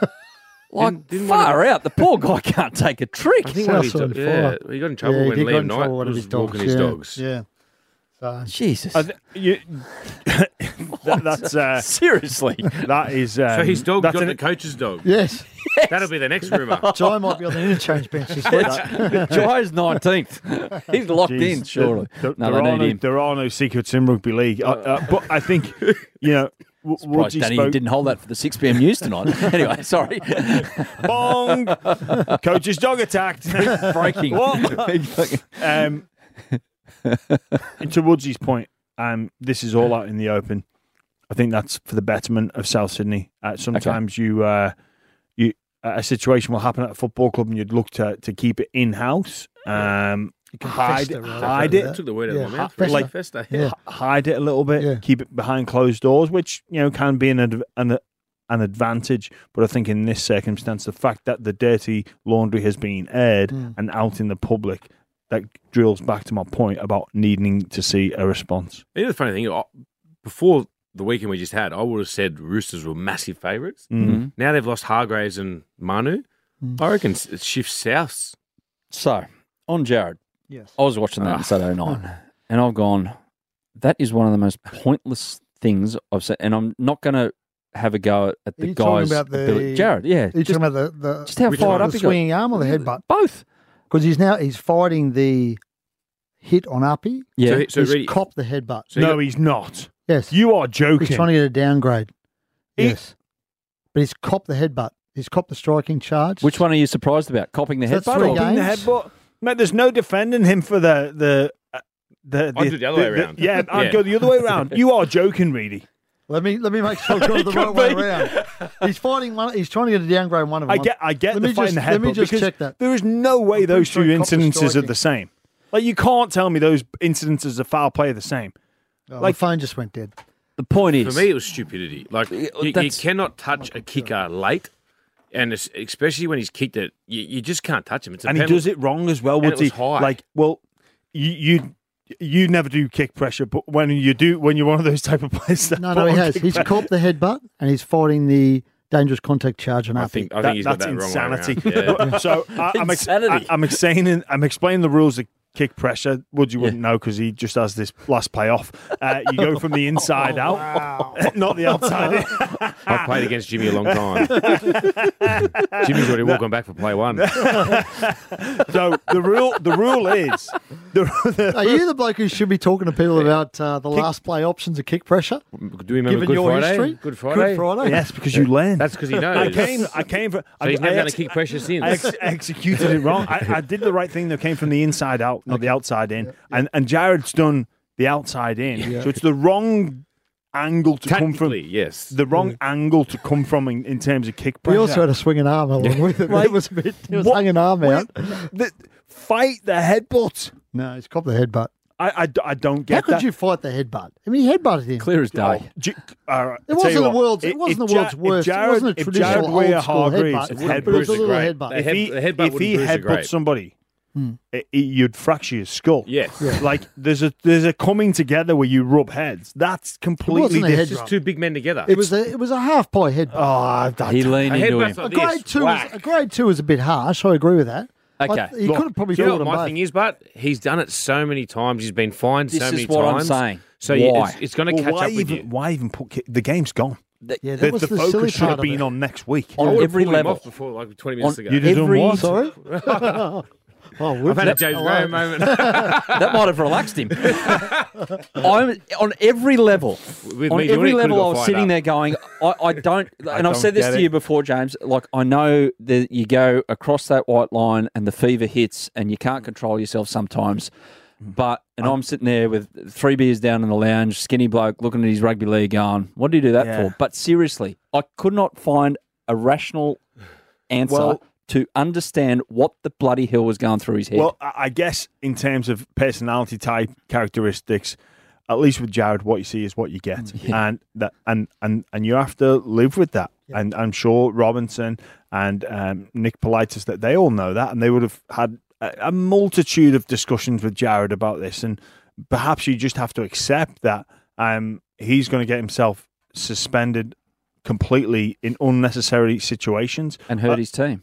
[SPEAKER 3] Like,
[SPEAKER 5] didn't one of
[SPEAKER 3] far out. The poor guy can't take a trick.
[SPEAKER 5] I think one of his
[SPEAKER 6] Southside
[SPEAKER 5] dogs, yeah,
[SPEAKER 6] Fire.
[SPEAKER 5] he got in
[SPEAKER 6] Yeah,
[SPEAKER 5] trouble
[SPEAKER 6] he
[SPEAKER 5] when
[SPEAKER 6] did get
[SPEAKER 5] Liam
[SPEAKER 6] in trouble
[SPEAKER 5] Knight
[SPEAKER 6] with
[SPEAKER 5] was
[SPEAKER 6] his dogs,
[SPEAKER 5] walking his
[SPEAKER 6] yeah,
[SPEAKER 5] dogs.
[SPEAKER 6] Yeah. So,
[SPEAKER 3] Jesus.
[SPEAKER 4] I th- you, that, that's uh,
[SPEAKER 3] Seriously.
[SPEAKER 4] that is. Um,
[SPEAKER 5] So his dog
[SPEAKER 4] that's
[SPEAKER 5] got
[SPEAKER 4] an-
[SPEAKER 5] the coach's dog.
[SPEAKER 6] yes,
[SPEAKER 5] That'll be the next rumor.
[SPEAKER 6] Jai might be on the interchange bench this week.
[SPEAKER 3] Jai's 19th. He's locked
[SPEAKER 4] Jeez,
[SPEAKER 3] in,
[SPEAKER 4] th-
[SPEAKER 3] surely.
[SPEAKER 4] th-
[SPEAKER 3] no,
[SPEAKER 4] there,
[SPEAKER 3] they
[SPEAKER 4] are no,
[SPEAKER 3] need him.
[SPEAKER 4] there are no secrets in rugby league. Uh, uh, but I think, you know, w-
[SPEAKER 3] Right,
[SPEAKER 4] Woodsy
[SPEAKER 3] Danny, you
[SPEAKER 4] spoke.
[SPEAKER 3] didn't hold that for the 6 p.m. news tonight. anyway, sorry.
[SPEAKER 4] Bong! Coach's dog attacked.
[SPEAKER 3] Breaking.
[SPEAKER 4] What? um, and to Woodsy's point, um, this is all out in the open. I think that's for the betterment of South Sydney. Uh, sometimes you, uh, you, a situation will happen at a football club, and you'd look to to keep it in house, um, hide,
[SPEAKER 6] fester rather
[SPEAKER 4] hide
[SPEAKER 6] than
[SPEAKER 4] it,
[SPEAKER 6] that.
[SPEAKER 5] Took the word out of my
[SPEAKER 6] Yeah.
[SPEAKER 5] mouth.
[SPEAKER 6] Festa.
[SPEAKER 5] Like Festa.
[SPEAKER 6] Yeah.
[SPEAKER 4] hide it a little bit,
[SPEAKER 6] Yeah.
[SPEAKER 4] keep it behind closed doors, which you know can be an, adv- an an advantage. But I think in this circumstance, the fact that the dirty laundry has been aired
[SPEAKER 6] Hmm.
[SPEAKER 4] and out in the public, that drills back to my point about needing to see a response.
[SPEAKER 5] You know the funny thing, I- before the weekend we just had, I would have said Roosters were massive favourites.
[SPEAKER 4] Mm.
[SPEAKER 5] Now they've lost Hargraves and Manu. I reckon s- it shifts south.
[SPEAKER 3] So, on Jared,
[SPEAKER 6] Yes.
[SPEAKER 3] I was watching that on
[SPEAKER 5] Ah.
[SPEAKER 3] Saturday night, and I've gone, that is one of the most pointless things I've said. And I'm not going to have a go at, at
[SPEAKER 6] Are
[SPEAKER 3] the
[SPEAKER 6] you
[SPEAKER 3] guy's
[SPEAKER 6] talking about the-
[SPEAKER 3] ability. Jared, yeah.
[SPEAKER 6] Are you
[SPEAKER 3] Just,
[SPEAKER 6] talking about the, the
[SPEAKER 3] just how
[SPEAKER 5] Which
[SPEAKER 3] fired
[SPEAKER 5] one?
[SPEAKER 3] up
[SPEAKER 6] the
[SPEAKER 3] he got.
[SPEAKER 6] swinging arm or the headbutt?
[SPEAKER 3] Both.
[SPEAKER 6] Because he's now he's fighting the hit on Uppy.
[SPEAKER 3] Yeah.
[SPEAKER 5] So, he- so
[SPEAKER 6] he's
[SPEAKER 5] really,
[SPEAKER 6] copped the headbutt.
[SPEAKER 5] so
[SPEAKER 4] no,
[SPEAKER 5] you-
[SPEAKER 4] he's not.
[SPEAKER 6] Yes.
[SPEAKER 4] You are
[SPEAKER 6] he's
[SPEAKER 4] joking.
[SPEAKER 6] trying to get a downgrade.
[SPEAKER 4] He-
[SPEAKER 6] yes. But he's copped the headbutt. He's copped the striking charge.
[SPEAKER 3] Which one are you surprised about? Copping the
[SPEAKER 6] That's
[SPEAKER 3] headbutt?
[SPEAKER 6] three
[SPEAKER 3] or-
[SPEAKER 6] games.
[SPEAKER 4] In the headbutt, mate. There's no defending him for the the. uh, The,
[SPEAKER 5] I'd do the other way round.
[SPEAKER 4] yeah, I'd
[SPEAKER 5] Yeah.
[SPEAKER 4] go the other way around. You are joking, really.
[SPEAKER 6] Let me let me make sure I got it the right way around. He's fighting one. He's trying to get a downgrade one of
[SPEAKER 4] I
[SPEAKER 6] them.
[SPEAKER 4] get, I get
[SPEAKER 6] Let
[SPEAKER 4] the
[SPEAKER 6] me
[SPEAKER 4] fight
[SPEAKER 6] just-
[SPEAKER 4] in the
[SPEAKER 6] let me
[SPEAKER 4] headbutt
[SPEAKER 6] just
[SPEAKER 4] because
[SPEAKER 6] check that.
[SPEAKER 4] there is no
[SPEAKER 6] I'm
[SPEAKER 4] way
[SPEAKER 6] pretty
[SPEAKER 4] those two
[SPEAKER 6] sure he caught the
[SPEAKER 4] incidences are
[SPEAKER 6] striking.
[SPEAKER 4] the same. Like you can't tell me those incidences of foul play are the same.
[SPEAKER 6] Oh,
[SPEAKER 4] like-
[SPEAKER 6] my phone just went dead.
[SPEAKER 3] The point
[SPEAKER 5] for
[SPEAKER 3] is,
[SPEAKER 5] me, it was stupidity. Like you, you
[SPEAKER 3] that's-
[SPEAKER 5] cannot touch a kicker late, and it's, especially when he's kicked it, you, you just can't touch him. It's a
[SPEAKER 4] and he
[SPEAKER 5] penalty.
[SPEAKER 4] does it wrong as well.
[SPEAKER 5] And it
[SPEAKER 4] Woodsy.
[SPEAKER 5] was high.
[SPEAKER 4] Like, well, you, you you never do kick pressure, but when you do, when you're one of those type of players, that
[SPEAKER 6] No,
[SPEAKER 4] put
[SPEAKER 6] no, he
[SPEAKER 4] on
[SPEAKER 6] has.
[SPEAKER 4] kick
[SPEAKER 6] He's
[SPEAKER 4] pressure,
[SPEAKER 6] copped the headbutt and he's fighting the dangerous contact charge on
[SPEAKER 5] I
[SPEAKER 6] Uppy.
[SPEAKER 5] think I
[SPEAKER 4] that-
[SPEAKER 5] think he's got
[SPEAKER 4] that's
[SPEAKER 5] that
[SPEAKER 4] insanity.
[SPEAKER 5] wrong. Way around. Yeah.
[SPEAKER 4] so I, I'm, ex-
[SPEAKER 3] Insanity.
[SPEAKER 4] I, am explaining. I'm explaining the rules of kick pressure. Would you wouldn't know because he just has this last play off. Uh, you go from the inside
[SPEAKER 5] Oh,
[SPEAKER 4] out, not the outside. in.
[SPEAKER 5] I played against Jimmy a long time. Jimmy's already walking back for play one.
[SPEAKER 4] So the rule the rule is the, the
[SPEAKER 6] Are you the bloke who should be talking to people about uh, the last play options of kick pressure?
[SPEAKER 5] Do you remember
[SPEAKER 6] Given
[SPEAKER 5] Good
[SPEAKER 6] your
[SPEAKER 5] Friday?
[SPEAKER 6] history,
[SPEAKER 5] Good Friday.
[SPEAKER 6] Good Friday.
[SPEAKER 4] yes because you learn.
[SPEAKER 5] That's because he
[SPEAKER 4] I
[SPEAKER 5] knows.
[SPEAKER 4] came I came for
[SPEAKER 5] so
[SPEAKER 4] I,
[SPEAKER 5] he's never
[SPEAKER 4] I
[SPEAKER 5] going to
[SPEAKER 4] ex-
[SPEAKER 5] kick pressure
[SPEAKER 4] I
[SPEAKER 5] since.
[SPEAKER 4] ex- executed it wrong. I, I did the right thing that came from the inside out, not the outside in. And and Jared's done the outside in, so it's the wrong angle to come
[SPEAKER 5] Technically,
[SPEAKER 4] from.
[SPEAKER 5] yes.
[SPEAKER 4] The wrong angle to come from in, in terms of kick
[SPEAKER 6] Mm. We
[SPEAKER 4] pressure.
[SPEAKER 6] also had a swinging arm along with it.
[SPEAKER 4] Like,
[SPEAKER 6] it was a bit. He was
[SPEAKER 4] what-
[SPEAKER 6] hanging arm out.
[SPEAKER 4] The- fight the headbutt.
[SPEAKER 6] No, he's copped the headbutt.
[SPEAKER 4] I, I d- I don't get
[SPEAKER 6] How could
[SPEAKER 4] that.
[SPEAKER 6] you fight the headbutt? I mean, he headbutted him.
[SPEAKER 3] clear as day.
[SPEAKER 4] J- all right,
[SPEAKER 6] It
[SPEAKER 4] uh, tell you
[SPEAKER 6] wasn't the
[SPEAKER 4] what,
[SPEAKER 6] world's.
[SPEAKER 4] if-
[SPEAKER 6] It wasn't
[SPEAKER 4] if
[SPEAKER 6] the
[SPEAKER 4] Ja-
[SPEAKER 6] world's
[SPEAKER 4] if
[SPEAKER 6] worst.
[SPEAKER 4] Jared-
[SPEAKER 6] it wasn't a
[SPEAKER 4] if
[SPEAKER 6] traditional
[SPEAKER 4] Jared
[SPEAKER 6] old
[SPEAKER 4] Weir
[SPEAKER 6] school
[SPEAKER 4] Hargreaves had
[SPEAKER 6] headbutt. It was a
[SPEAKER 4] bruised the
[SPEAKER 6] little
[SPEAKER 5] grape.
[SPEAKER 6] headbutt. Hmm.
[SPEAKER 5] They
[SPEAKER 4] if
[SPEAKER 5] Head-
[SPEAKER 4] he,
[SPEAKER 5] the headbutt
[SPEAKER 4] if he
[SPEAKER 5] wouldn't bruise a
[SPEAKER 4] headbutt
[SPEAKER 5] grape.
[SPEAKER 4] somebody, i- i- you'd fracture your skull.
[SPEAKER 5] Yes.
[SPEAKER 4] like there's a there's a coming together where you rub heads. That's completely
[SPEAKER 6] a head
[SPEAKER 4] different.
[SPEAKER 5] It's just two big men together.
[SPEAKER 6] It was a it was a half pie headbutt.
[SPEAKER 4] Oh, I've done.
[SPEAKER 3] He leaned
[SPEAKER 5] a
[SPEAKER 3] into him.
[SPEAKER 5] headbutt like
[SPEAKER 6] a grade
[SPEAKER 5] this.
[SPEAKER 6] two is,
[SPEAKER 5] Whack.
[SPEAKER 6] a grade two is a bit harsh. I agree with that. I
[SPEAKER 3] Okay,
[SPEAKER 6] th- he
[SPEAKER 4] look,
[SPEAKER 6] could have probably
[SPEAKER 5] Do you know
[SPEAKER 6] called
[SPEAKER 5] what
[SPEAKER 6] him
[SPEAKER 5] my
[SPEAKER 6] both.
[SPEAKER 5] thing is, but he's done it so many times. He's been fined
[SPEAKER 3] This
[SPEAKER 5] so many
[SPEAKER 3] is what I'm
[SPEAKER 5] times.
[SPEAKER 3] saying.
[SPEAKER 5] So you-
[SPEAKER 3] Why?
[SPEAKER 5] it's, it's going to catch
[SPEAKER 4] why
[SPEAKER 5] up with
[SPEAKER 4] even
[SPEAKER 5] you.
[SPEAKER 4] why even put ki- the game's gone?
[SPEAKER 6] yeah, that
[SPEAKER 4] The,
[SPEAKER 6] was
[SPEAKER 4] the
[SPEAKER 6] the, silly
[SPEAKER 4] focus should
[SPEAKER 6] part
[SPEAKER 4] have
[SPEAKER 6] of
[SPEAKER 4] been
[SPEAKER 6] it.
[SPEAKER 4] on next week.
[SPEAKER 3] on
[SPEAKER 5] I would've
[SPEAKER 3] every
[SPEAKER 5] pulled him
[SPEAKER 3] level.
[SPEAKER 5] off before like 20 minutes
[SPEAKER 3] On-
[SPEAKER 5] ago.
[SPEAKER 4] You did
[SPEAKER 3] Every-
[SPEAKER 4] what?
[SPEAKER 6] Sorry. oh,
[SPEAKER 5] I've had a James Graham moment
[SPEAKER 3] that might have relaxed him. I'm on every level.
[SPEAKER 5] With
[SPEAKER 3] on
[SPEAKER 5] me doing it,
[SPEAKER 3] every
[SPEAKER 5] could've
[SPEAKER 3] level,
[SPEAKER 5] got
[SPEAKER 3] I was
[SPEAKER 5] fired
[SPEAKER 3] sitting
[SPEAKER 5] up.
[SPEAKER 3] there going, I, I don't. And I have
[SPEAKER 4] don't
[SPEAKER 3] said this
[SPEAKER 4] get
[SPEAKER 3] to
[SPEAKER 4] it.
[SPEAKER 3] you before, James. Like I know that you go across that white line and the fever hits, and you can't control yourself sometimes. But and I'm, sitting there with three beers down in the lounge, skinny bloke looking at his rugby league, going, "What do you do that
[SPEAKER 4] Yeah.
[SPEAKER 3] for?" But seriously, I could not find a rational answer
[SPEAKER 4] Well-
[SPEAKER 3] to understand what the bloody hell was going through his head.
[SPEAKER 4] Well, I I guess in terms of personality type characteristics, at least with Jared, what you see is what you get, and that and and and you have to live with that. And I'm sure Robinson and um, Nick Politis that they all know that, and they would have had a, a multitude of discussions with Jared about this, and perhaps you just have to accept that um, he's going to get himself suspended completely in unnecessary situations.
[SPEAKER 3] and hurt his team.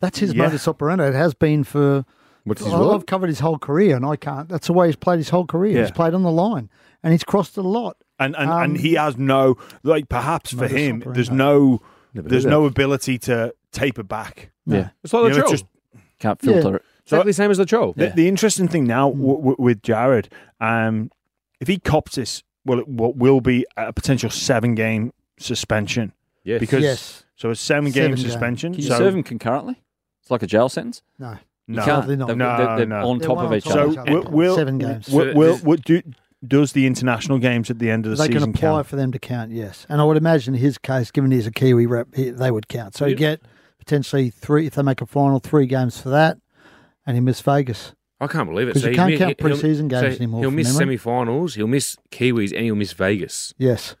[SPEAKER 6] That's his
[SPEAKER 4] Yeah.
[SPEAKER 6] modus operandi. It has been for.
[SPEAKER 5] What's
[SPEAKER 6] I- I've covered his whole career, and I can't. That's the way he's played his whole career. He's
[SPEAKER 4] Yeah.
[SPEAKER 6] played on the line, and he's crossed a lot.
[SPEAKER 4] and and,
[SPEAKER 6] Um,
[SPEAKER 4] and he has no like perhaps for
[SPEAKER 6] modus
[SPEAKER 4] him
[SPEAKER 6] operandi.
[SPEAKER 4] there's no
[SPEAKER 5] Never
[SPEAKER 4] there's
[SPEAKER 5] heard
[SPEAKER 4] no ability to taper back
[SPEAKER 3] Yeah,
[SPEAKER 5] It's like the
[SPEAKER 4] You know,
[SPEAKER 5] troll.
[SPEAKER 4] it's just-
[SPEAKER 3] can't filter
[SPEAKER 6] Yeah.
[SPEAKER 3] it.
[SPEAKER 5] exactly the same as the troll.
[SPEAKER 4] the, the interesting thing now
[SPEAKER 6] Hmm.
[SPEAKER 4] w- w- with Jared um if he cops this well it what will be a potential 7 game suspension
[SPEAKER 5] Yes.
[SPEAKER 4] because
[SPEAKER 6] Yes.
[SPEAKER 4] so a 7
[SPEAKER 6] Seven
[SPEAKER 4] game
[SPEAKER 6] game.
[SPEAKER 4] suspension
[SPEAKER 3] Can you
[SPEAKER 4] so
[SPEAKER 3] serve them concurrently? It's like a jail sentence.
[SPEAKER 6] No,
[SPEAKER 4] no
[SPEAKER 3] can't.
[SPEAKER 6] Sadly not.
[SPEAKER 3] They're,
[SPEAKER 4] No,
[SPEAKER 3] they're- they're
[SPEAKER 4] no.
[SPEAKER 3] on
[SPEAKER 6] They're
[SPEAKER 3] top
[SPEAKER 6] one
[SPEAKER 3] of
[SPEAKER 6] on
[SPEAKER 3] each
[SPEAKER 6] top
[SPEAKER 3] other.
[SPEAKER 6] of
[SPEAKER 4] so
[SPEAKER 6] each other.
[SPEAKER 4] will, will
[SPEAKER 6] Seven games.
[SPEAKER 4] will,
[SPEAKER 5] So
[SPEAKER 4] will,
[SPEAKER 5] this-
[SPEAKER 4] will- do, does the international games at the end of the
[SPEAKER 6] they can
[SPEAKER 4] season
[SPEAKER 6] apply
[SPEAKER 4] count?
[SPEAKER 6] for them to count. Yes, and I would imagine in his case, given he's a Kiwi rep, he, they would count. So you get potentially three if they make a final, three games for that, and he missed Vegas.
[SPEAKER 5] I can't believe it.
[SPEAKER 6] 'Cause you
[SPEAKER 5] he
[SPEAKER 6] can't
[SPEAKER 5] mi-
[SPEAKER 6] count
[SPEAKER 5] he'll-
[SPEAKER 6] pre-season games
[SPEAKER 5] so
[SPEAKER 6] anymore
[SPEAKER 5] He'll
[SPEAKER 6] from
[SPEAKER 5] miss
[SPEAKER 6] memory.
[SPEAKER 5] semi-finals. He'll miss Kiwis and he'll miss Vegas.
[SPEAKER 6] Yes,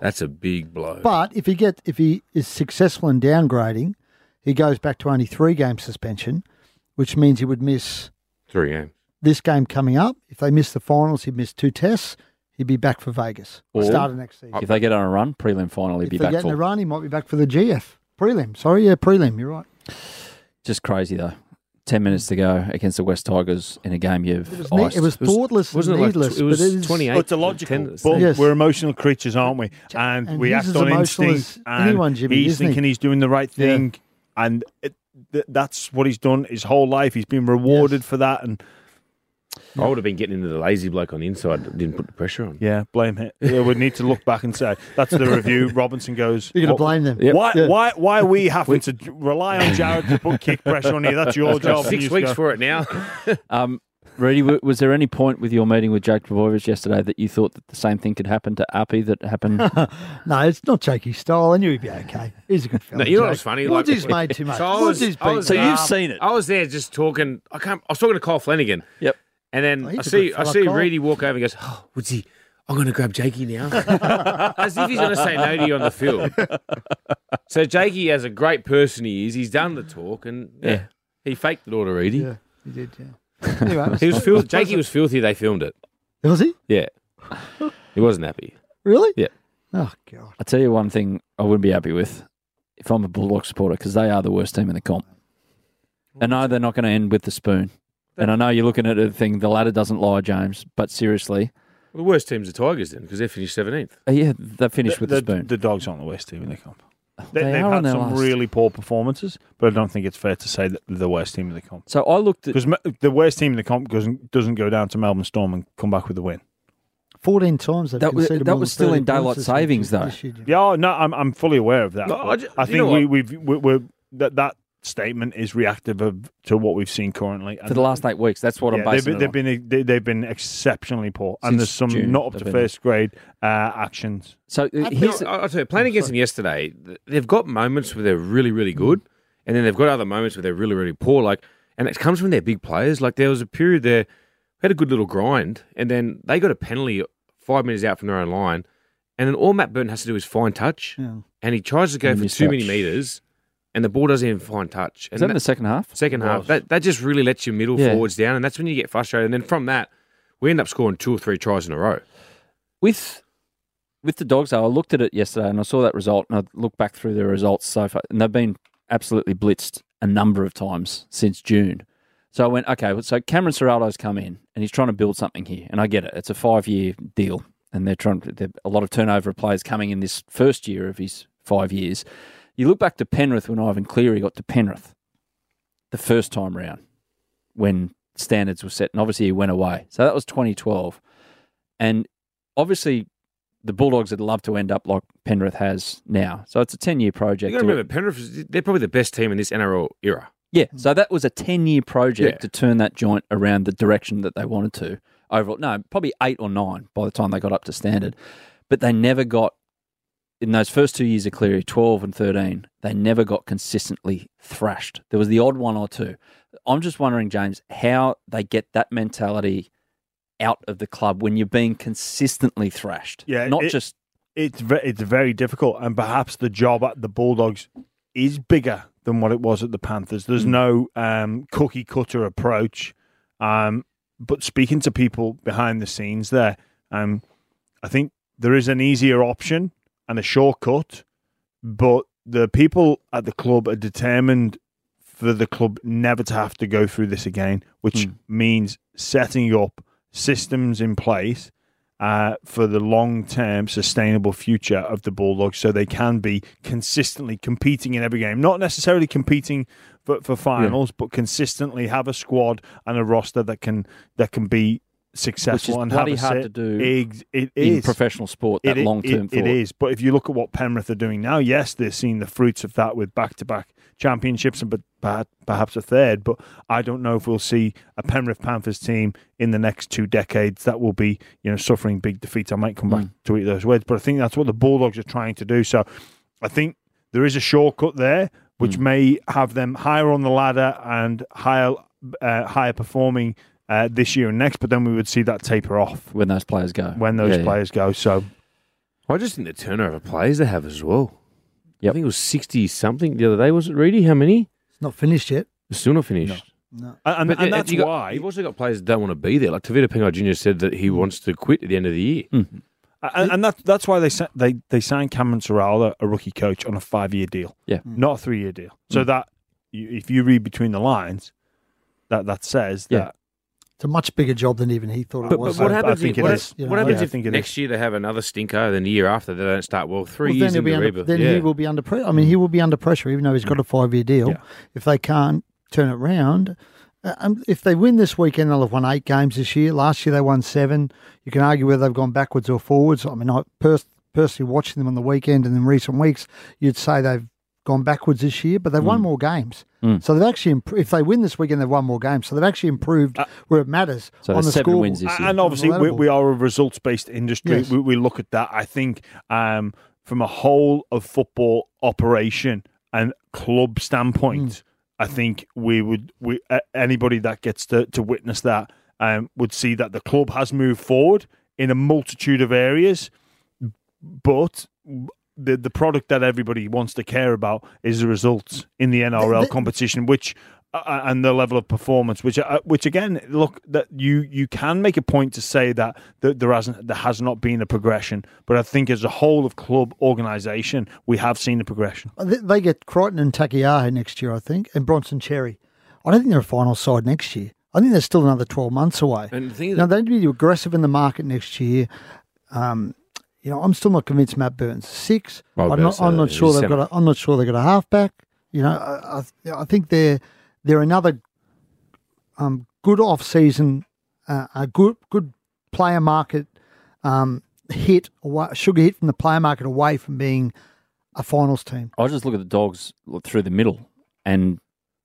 [SPEAKER 5] That's a big blow.
[SPEAKER 6] But if he get if he is successful in downgrading, he goes back to only three game suspension, which means he would miss
[SPEAKER 5] Three games.
[SPEAKER 6] this game coming up. If they miss the finals, he'd miss two tests. He'd be back for Vegas.
[SPEAKER 5] Or-
[SPEAKER 6] start of next season.
[SPEAKER 3] If they get on a run, prelim final, he'll
[SPEAKER 6] If
[SPEAKER 3] be
[SPEAKER 6] they
[SPEAKER 3] back
[SPEAKER 6] get in
[SPEAKER 3] full.
[SPEAKER 6] a run, he might be back for the GF prelim. Sorry, yeah, prelim. You're right.
[SPEAKER 3] Just crazy though. Ten minutes to go against the West Tigers in a game you've
[SPEAKER 6] It was, ne-
[SPEAKER 3] iced.
[SPEAKER 6] it was
[SPEAKER 5] Oh, It was-
[SPEAKER 6] thoughtless
[SPEAKER 5] Wasn't it
[SPEAKER 6] and
[SPEAKER 5] like
[SPEAKER 6] needless.
[SPEAKER 5] tw- it was
[SPEAKER 6] but it is,
[SPEAKER 5] 28?
[SPEAKER 4] Well, it's illogical,
[SPEAKER 5] tenders,
[SPEAKER 4] but
[SPEAKER 6] Yes.
[SPEAKER 4] we're emotional creatures, aren't we? And,
[SPEAKER 6] and
[SPEAKER 4] we
[SPEAKER 6] he's
[SPEAKER 4] act
[SPEAKER 6] as
[SPEAKER 4] on
[SPEAKER 6] emotional
[SPEAKER 4] instinct.
[SPEAKER 6] as
[SPEAKER 4] And
[SPEAKER 6] anyone, Jimmy,
[SPEAKER 4] he's
[SPEAKER 6] isn't he?
[SPEAKER 4] thinking he's doing the right
[SPEAKER 6] Yeah.
[SPEAKER 4] thing, and it, th- that's what he's done his whole life. He's been rewarded for that, and
[SPEAKER 5] I would have been getting into the lazy bloke on the inside that didn't put the pressure on.
[SPEAKER 4] yeah, blame him. Yeah, we need to look back and say that's the review. Robinson goes.
[SPEAKER 6] You're going
[SPEAKER 4] "What-
[SPEAKER 6] to blame them.
[SPEAKER 4] Why,
[SPEAKER 6] Yeah.
[SPEAKER 4] why, why are we having to j- rely on Jared to put kick pressure on you? That's your job.
[SPEAKER 5] Six
[SPEAKER 4] You
[SPEAKER 5] weeks
[SPEAKER 4] just go,
[SPEAKER 5] for it now.
[SPEAKER 3] Um, Rudy, w- was there any point with your meeting with Jake Dvojevic yesterday that you thought that the same thing could happen to Appy that happened?
[SPEAKER 6] No, it's not Jakey's style. I knew he'd be okay. He's a good fella.
[SPEAKER 5] No, you know
[SPEAKER 6] Jake.
[SPEAKER 5] what's funny? Like-
[SPEAKER 6] Woodsy's made too much.
[SPEAKER 5] So I was-
[SPEAKER 6] Woodsy's
[SPEAKER 5] I
[SPEAKER 6] been
[SPEAKER 5] was-
[SPEAKER 3] so
[SPEAKER 6] too
[SPEAKER 5] Um,
[SPEAKER 3] you've
[SPEAKER 6] much.
[SPEAKER 3] seen it.
[SPEAKER 5] I was there just talking. I can't. I was talking to Kyle Flanagan.
[SPEAKER 3] Yep.
[SPEAKER 5] And then
[SPEAKER 6] Oh,
[SPEAKER 5] I
[SPEAKER 6] he's a
[SPEAKER 5] see
[SPEAKER 6] good
[SPEAKER 5] I
[SPEAKER 6] fella,
[SPEAKER 5] see
[SPEAKER 6] Kyle.
[SPEAKER 5] Reedy walk over and goes, oh, Woodsy, I'm going to grab Jakey now. As if he's going to say no to you on the field. so Jakey, as a great person he is, he's done the talk and yeah,
[SPEAKER 3] Yeah.
[SPEAKER 5] he faked it all to Reedy.
[SPEAKER 6] Yeah, he did. Yeah. Anyway,
[SPEAKER 5] He was fil- Jakey was filthy. They filmed it.
[SPEAKER 6] was he
[SPEAKER 5] Yeah. He wasn't happy.
[SPEAKER 6] really?
[SPEAKER 5] Yeah.
[SPEAKER 6] Oh god.
[SPEAKER 3] I tell you one thing I wouldn't be happy with if I'm a Bulldog supporter because they are the worst team in the comp. I know they're not going to end with the spoon. And I know you're looking at a thing, the ladder doesn't lie, James, but seriously,
[SPEAKER 5] Well, the worst team's the Tigers then because they finished 17th.
[SPEAKER 3] uh, yeah, they finished with the,
[SPEAKER 4] the,
[SPEAKER 3] spoon.
[SPEAKER 4] the dogs aren't the worst team in the comp. They,
[SPEAKER 3] They
[SPEAKER 4] have
[SPEAKER 3] are on
[SPEAKER 4] had
[SPEAKER 3] their
[SPEAKER 4] some
[SPEAKER 3] last.
[SPEAKER 4] really poor performances, but I don't think it's fair to say that they're the worst team in the comp.
[SPEAKER 3] so I looked at
[SPEAKER 4] Because the worst team in the comp doesn't, doesn't go down to Melbourne Storm and come back with the win.
[SPEAKER 6] Fourteen times they've
[SPEAKER 3] That was-
[SPEAKER 6] conceded
[SPEAKER 3] that
[SPEAKER 6] more
[SPEAKER 3] was
[SPEAKER 6] than
[SPEAKER 3] still in
[SPEAKER 6] 30 points
[SPEAKER 3] daylight
[SPEAKER 6] this
[SPEAKER 3] savings,
[SPEAKER 6] year.
[SPEAKER 3] though.
[SPEAKER 6] This year, Jim.
[SPEAKER 4] Yeah, oh, no, I'm, I'm fully aware of that.
[SPEAKER 5] No,
[SPEAKER 4] but
[SPEAKER 5] I ju-
[SPEAKER 4] I
[SPEAKER 5] you know
[SPEAKER 4] think we,
[SPEAKER 5] what?
[SPEAKER 4] we've, we we're, that, that statement is reactive of, to what we've seen currently.
[SPEAKER 3] for the last eight weeks. That's what I'm
[SPEAKER 4] Yeah, they've,
[SPEAKER 3] basing
[SPEAKER 4] been,
[SPEAKER 3] it
[SPEAKER 4] they've
[SPEAKER 3] on.
[SPEAKER 4] been they, they've been exceptionally poor,
[SPEAKER 3] Since
[SPEAKER 4] and there's some
[SPEAKER 3] June,
[SPEAKER 4] not up
[SPEAKER 3] they've
[SPEAKER 4] to
[SPEAKER 3] been-
[SPEAKER 4] first grade uh, actions.
[SPEAKER 3] So uh,
[SPEAKER 6] I'd
[SPEAKER 3] here's
[SPEAKER 5] No, I- I'll tell you, playing against them yesterday, th- they've got moments where they're really, really good,
[SPEAKER 3] Mm.
[SPEAKER 5] and then they've got other moments where they're really, really poor. Like, and it comes from their big players. Like, there was a period there we had a good little grind, and then they got a penalty five minutes out from their own line, and then all Matt Burton has to do is find touch,
[SPEAKER 6] Yeah.
[SPEAKER 5] and he tries to go
[SPEAKER 3] And
[SPEAKER 5] for
[SPEAKER 3] miss
[SPEAKER 5] too many
[SPEAKER 3] touch.
[SPEAKER 5] meters, and the ball doesn't even find touch. And
[SPEAKER 3] is that in
[SPEAKER 5] that-
[SPEAKER 3] the second half?
[SPEAKER 5] second half.
[SPEAKER 4] Was.
[SPEAKER 5] That that just really lets your middle
[SPEAKER 3] Yeah.
[SPEAKER 5] forwards down, and that's when you get frustrated. And then from that, we end up scoring two or three tries in a row.
[SPEAKER 3] with with the dogs though, I looked at it yesterday and I saw that result and I looked back through their results so far and they've been absolutely blitzed a number of times since June. So I went, okay, so Cameron Serrato's come in and he's trying to build something here. And I get it. It's a five year deal. And they're trying they're, a lot of turnover of players coming in this first year of his five years. You look back to Penrith when Ivan Cleary got to Penrith the first time round when standards were set. And obviously he went away. So that was 2012. And obviously the Bulldogs would love to end up like Penrith has now. So it's a 10 year project.
[SPEAKER 5] You got to
[SPEAKER 3] to-
[SPEAKER 5] remember, Penrith, they're probably the best team in this NRL era.
[SPEAKER 3] yeah.
[SPEAKER 4] Hmm.
[SPEAKER 3] So that was a 10 year project
[SPEAKER 5] Yeah.
[SPEAKER 3] to turn that joint around the direction that they wanted to overall. No, probably eight or nine by the time they got up to standard. But they never got, in those first two years of Cleary, 12 and 13, they never got consistently thrashed. There was the odd one or two. I'm just wondering, James, how they get that mentality out of the club when you're being consistently thrashed.
[SPEAKER 4] Yeah,
[SPEAKER 3] Not
[SPEAKER 4] it-
[SPEAKER 3] just
[SPEAKER 4] It's ve- it's very difficult, and perhaps the job at the Bulldogs is bigger than what it was at the Panthers. There's no um, cookie cutter approach, um, but speaking to people behind the scenes there, um, I think there is an easier option and a shortcut, but the people at the club are determined for the club never to have to go through this again, which means setting up systems in place uh, for the long term sustainable future of the Bulldogs so they can be consistently competing in every game. Not necessarily competing for, for finals, but consistently have a squad and a roster that can that can be successful and have
[SPEAKER 3] bloody
[SPEAKER 4] a
[SPEAKER 3] hard
[SPEAKER 4] sit.
[SPEAKER 3] to do
[SPEAKER 4] Ex- it
[SPEAKER 3] in
[SPEAKER 4] is.
[SPEAKER 3] professional sport, that
[SPEAKER 4] It i-
[SPEAKER 3] long term
[SPEAKER 4] it-
[SPEAKER 3] thought.
[SPEAKER 4] It is. But if you look at what Penrith are doing now, yes, they're seeing the fruits of that with back to back championships and but perha- perhaps a third. But I don't know if we'll see a Penrith Panthers team in the next two decades that will be, you know, suffering big defeats. I might come
[SPEAKER 3] Mm.
[SPEAKER 4] back to eat those words. But I think that's what the Bulldogs are trying to do. So I think there is a shortcut there,
[SPEAKER 3] Mm.
[SPEAKER 4] which may have them higher on the ladder and higher uh, higher performing uh, this year and next. But then we would see that taper off
[SPEAKER 3] when those players go.
[SPEAKER 4] when those
[SPEAKER 3] Yeah, yeah.
[SPEAKER 4] players go. So
[SPEAKER 5] I just think the turnover plays they have as well. Yeah, I
[SPEAKER 3] Yep.
[SPEAKER 5] think it was 60 something the other day, was it, Reedy? How many?
[SPEAKER 6] It's not finished yet.
[SPEAKER 5] It's still not finished.
[SPEAKER 6] No.
[SPEAKER 4] And, and,
[SPEAKER 5] But, uh,
[SPEAKER 4] and that's
[SPEAKER 5] you got-
[SPEAKER 4] why.
[SPEAKER 5] You've also got players that don't want to be there. Like Tavita Pingo Jr. said that he wants to quit at the end of the year.
[SPEAKER 3] Hmm.
[SPEAKER 4] And, and that, that's why they sa- they they signed Cameron Serralda, a rookie coach, on a five year deal.
[SPEAKER 3] Yeah.
[SPEAKER 5] Mm.
[SPEAKER 4] not a three year deal. So that you, if you read between the lines, that that says
[SPEAKER 3] Yeah.
[SPEAKER 4] that
[SPEAKER 6] It's a much bigger job than even he thought
[SPEAKER 5] But,
[SPEAKER 6] it was.
[SPEAKER 5] but what
[SPEAKER 4] I- I
[SPEAKER 5] happens,
[SPEAKER 4] think
[SPEAKER 5] if,
[SPEAKER 4] it
[SPEAKER 5] what,
[SPEAKER 4] is.
[SPEAKER 5] what
[SPEAKER 6] Yeah,
[SPEAKER 5] happens
[SPEAKER 4] I
[SPEAKER 5] if
[SPEAKER 4] think it
[SPEAKER 5] next year they have another stinker, then the year after they don't start well? Three
[SPEAKER 6] Well,
[SPEAKER 5] years
[SPEAKER 6] he'll
[SPEAKER 5] in
[SPEAKER 6] be
[SPEAKER 5] the
[SPEAKER 6] under,
[SPEAKER 5] rebuild.
[SPEAKER 6] then
[SPEAKER 5] yeah.
[SPEAKER 6] he will be under pressure. I mean, he will be under pressure, even though he's got a five year deal.
[SPEAKER 4] Yeah.
[SPEAKER 6] If they can't turn it round, uh, um, if they win this weekend, they'll have won eight games this year. Last year they won seven. You can argue whether they've gone backwards or forwards. I mean, I pers- personally watching them on the weekend and in recent weeks, you'd say they've gone backwards this year, but they've won more games. So they've actually, imp- if they win this weekend, they've won more games. So they've actually improved where it matters
[SPEAKER 3] So
[SPEAKER 6] on
[SPEAKER 3] there's
[SPEAKER 6] the
[SPEAKER 3] seven
[SPEAKER 6] scoreboard.
[SPEAKER 3] wins this year.
[SPEAKER 4] and obviously we,
[SPEAKER 6] Unbelievable.
[SPEAKER 4] we are a results based industry.
[SPEAKER 6] Yes.
[SPEAKER 4] We, we look at that. I think um, from a whole of football operation and club standpoint, I think we would we a- anybody that gets to to witness that um, would see that the club has moved forward in a multitude of areas, but. The, the product that everybody wants to care about is the results in the NRL
[SPEAKER 6] the-
[SPEAKER 4] competition, which uh, and the level of performance, which uh, which again, look that you you can make a point to say that, that there hasn't there has not been a progression, but I think as a whole of club organisation, we have seen a progression.
[SPEAKER 6] They- They get Crichton and Takiyaho next year, I think, and Bronson Cherry. I don't think they're a final side next year. I think they're still another 12 months away.
[SPEAKER 5] And the thing is,
[SPEAKER 6] Now, they need to be aggressive in the market next year. Um, you know, I'm still not convinced Matt Burns is six.
[SPEAKER 5] Well,
[SPEAKER 6] I'm
[SPEAKER 5] Burns,
[SPEAKER 6] not, I'm
[SPEAKER 5] uh,
[SPEAKER 6] not
[SPEAKER 5] he's
[SPEAKER 6] sure they've
[SPEAKER 5] centre.
[SPEAKER 6] got. A, I'm not sure they've got a halfback. You know, I, I, I think they're they're another um, good off season, uh, a good good player market um, hit, away, sugar hit from the player market away from being a finals team.
[SPEAKER 3] I just look at the dogs through the middle and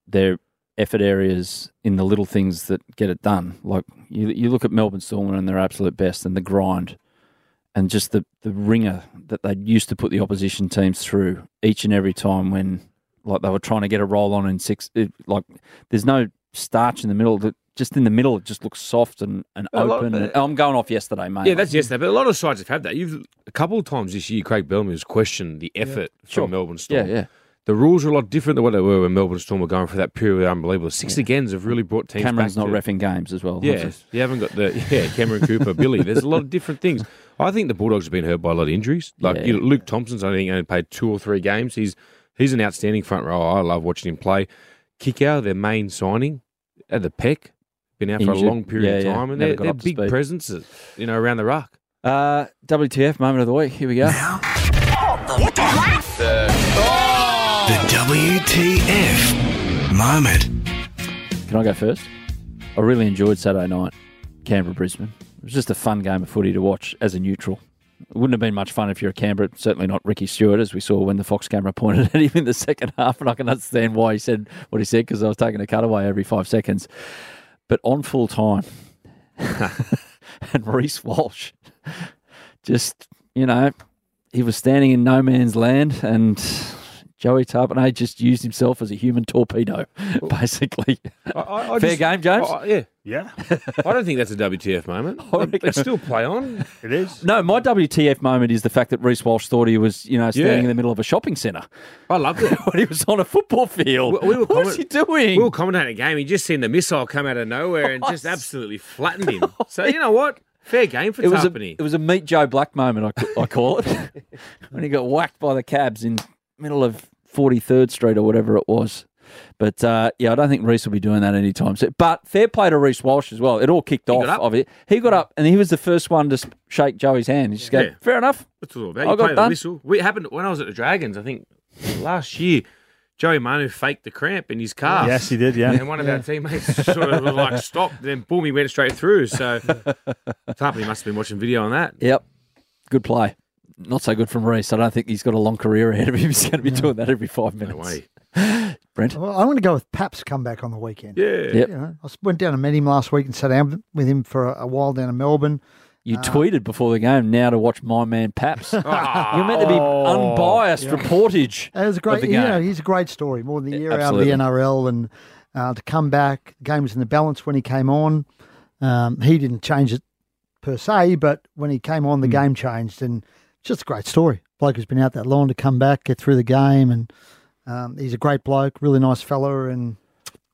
[SPEAKER 3] their effort areas in the little things that get it done. Like you, you look at Melbourne Storm and their absolute best and the grind and just the, the ringer that they used to put the opposition teams through each and every time when like they were trying to get a roll on in six. It, like there's no starch in the middle. That just in the middle, it just looks soft and, and
[SPEAKER 5] A lot-
[SPEAKER 3] open. and, I'm going off yesterday, mate.
[SPEAKER 5] Yeah, that's yesterday. But a lot of sides have had that. You've a couple of times this year, Craig Bellamy has questioned the effort from
[SPEAKER 3] Sure.
[SPEAKER 5] Melbourne Storm.
[SPEAKER 3] yeah, yeah.
[SPEAKER 5] The rules are a lot different than what they were when Melbourne Storm were going for that period. of Unbelievable. Six agains have really brought teams.
[SPEAKER 3] Cameron's
[SPEAKER 5] back
[SPEAKER 3] not
[SPEAKER 5] to,
[SPEAKER 3] refing games as well.
[SPEAKER 5] Yeah, you haven't got the yeah Cameron Cooper, Billy. There's a lot of different things. I think the Bulldogs have been hurt by a lot of injuries. Like
[SPEAKER 3] Yeah.
[SPEAKER 5] you know, Luke Thompson's, I think only played two or three games. He's he's an outstanding front row. I love watching him play. Kickout, their main signing at the Peck, been out for a
[SPEAKER 3] Injured.
[SPEAKER 5] long period of
[SPEAKER 3] Yeah, yeah.
[SPEAKER 5] time, and
[SPEAKER 3] Never
[SPEAKER 5] they're,
[SPEAKER 3] got
[SPEAKER 5] they're
[SPEAKER 3] up to
[SPEAKER 5] big
[SPEAKER 3] speed.
[SPEAKER 5] presences, you know, around the ruck.
[SPEAKER 3] Uh, WTF moment of the week. Here we go.
[SPEAKER 1] Now, the WTF moment.
[SPEAKER 3] Can I go first? I really enjoyed Saturday night, Canberra Brisbane. It was just a fun game of footy to watch as a neutral. It wouldn't have been much fun if you're a Canberra, certainly not Ricky Stewart, as we saw when the Fox camera pointed at him in the second half. And I can understand why he said what he said because I was taking a cutaway every five seconds. But on full time, and Reese Walsh just, you know, he was standing in no man's land and. Joey Tarpanay just used himself as a human torpedo, basically.
[SPEAKER 5] I, I, I
[SPEAKER 3] Fair game, James?
[SPEAKER 5] I- I- yeah,
[SPEAKER 4] Yeah,
[SPEAKER 5] I don't think that's a WTF moment.
[SPEAKER 3] I reckon-
[SPEAKER 5] They still play on.
[SPEAKER 4] it is.
[SPEAKER 3] No, my WTF moment is the fact that Reese Walsh thought he was, you know, standing
[SPEAKER 5] Yeah.
[SPEAKER 3] in the middle of a shopping centre
[SPEAKER 5] I loved it.
[SPEAKER 3] when he was on a football field.
[SPEAKER 5] We- we were
[SPEAKER 3] what was he
[SPEAKER 5] comment-
[SPEAKER 3] doing?
[SPEAKER 5] We were commentating a game. He just seen the missile come out of nowhere and just absolutely flattened him. So you know what? Fair game for
[SPEAKER 3] it was a
[SPEAKER 5] Tarpany.
[SPEAKER 3] it was a meet Joe Black moment, I, c- I call it, when he got whacked by the cabs in middle of Forty Third Street or whatever it was. But uh, yeah, I don't think Reese will be doing that anytime soon. But fair play to Reese Walsh as well. It all kicked off
[SPEAKER 5] up.
[SPEAKER 3] of it. He got up and he was the first one to s- shake Joey's hand. He just go,
[SPEAKER 5] Yeah.
[SPEAKER 3] fair enough.
[SPEAKER 5] That's what it was about.
[SPEAKER 3] I
[SPEAKER 5] You
[SPEAKER 3] got
[SPEAKER 5] play the
[SPEAKER 3] done.
[SPEAKER 5] whistle. We- It happened when I was at the Dragons. I think last year, Joey Manu faked the cramp in his calf.
[SPEAKER 4] Yes, he did. Yeah,
[SPEAKER 5] And one of our teammates sort of like stopped. Then boom, he went straight through. So Tarpany must have been watching video on that.
[SPEAKER 3] Yep. Good play. Not so good from Reese. I don't think he's got a long career ahead of him. He's going to be doing that every five minutes.
[SPEAKER 5] No way.
[SPEAKER 3] Brent.
[SPEAKER 6] Well, I'm going to go with Pap's comeback on the weekend.
[SPEAKER 5] Yeah.
[SPEAKER 3] Yep.
[SPEAKER 6] You know, I went down and met him last week and sat down with him for a, a while down in Melbourne.
[SPEAKER 3] You
[SPEAKER 6] Uh,
[SPEAKER 3] tweeted before the game now to watch my man Paps. You're
[SPEAKER 5] Ah,
[SPEAKER 3] meant to be unbiased reportage.
[SPEAKER 6] And it Oh. was a
[SPEAKER 3] Of
[SPEAKER 6] great,
[SPEAKER 3] the
[SPEAKER 6] you know,
[SPEAKER 3] game.
[SPEAKER 6] he's a great story. More than a year
[SPEAKER 3] absolutely.
[SPEAKER 6] out of the NRL and uh, to come back, the game was in the balance when he came on. Um, he didn't change it per se, but when he came on, the game changed and just a great story. Bloke who's been out that long to come back, get through the game, and um, he's a great bloke, really nice fella, and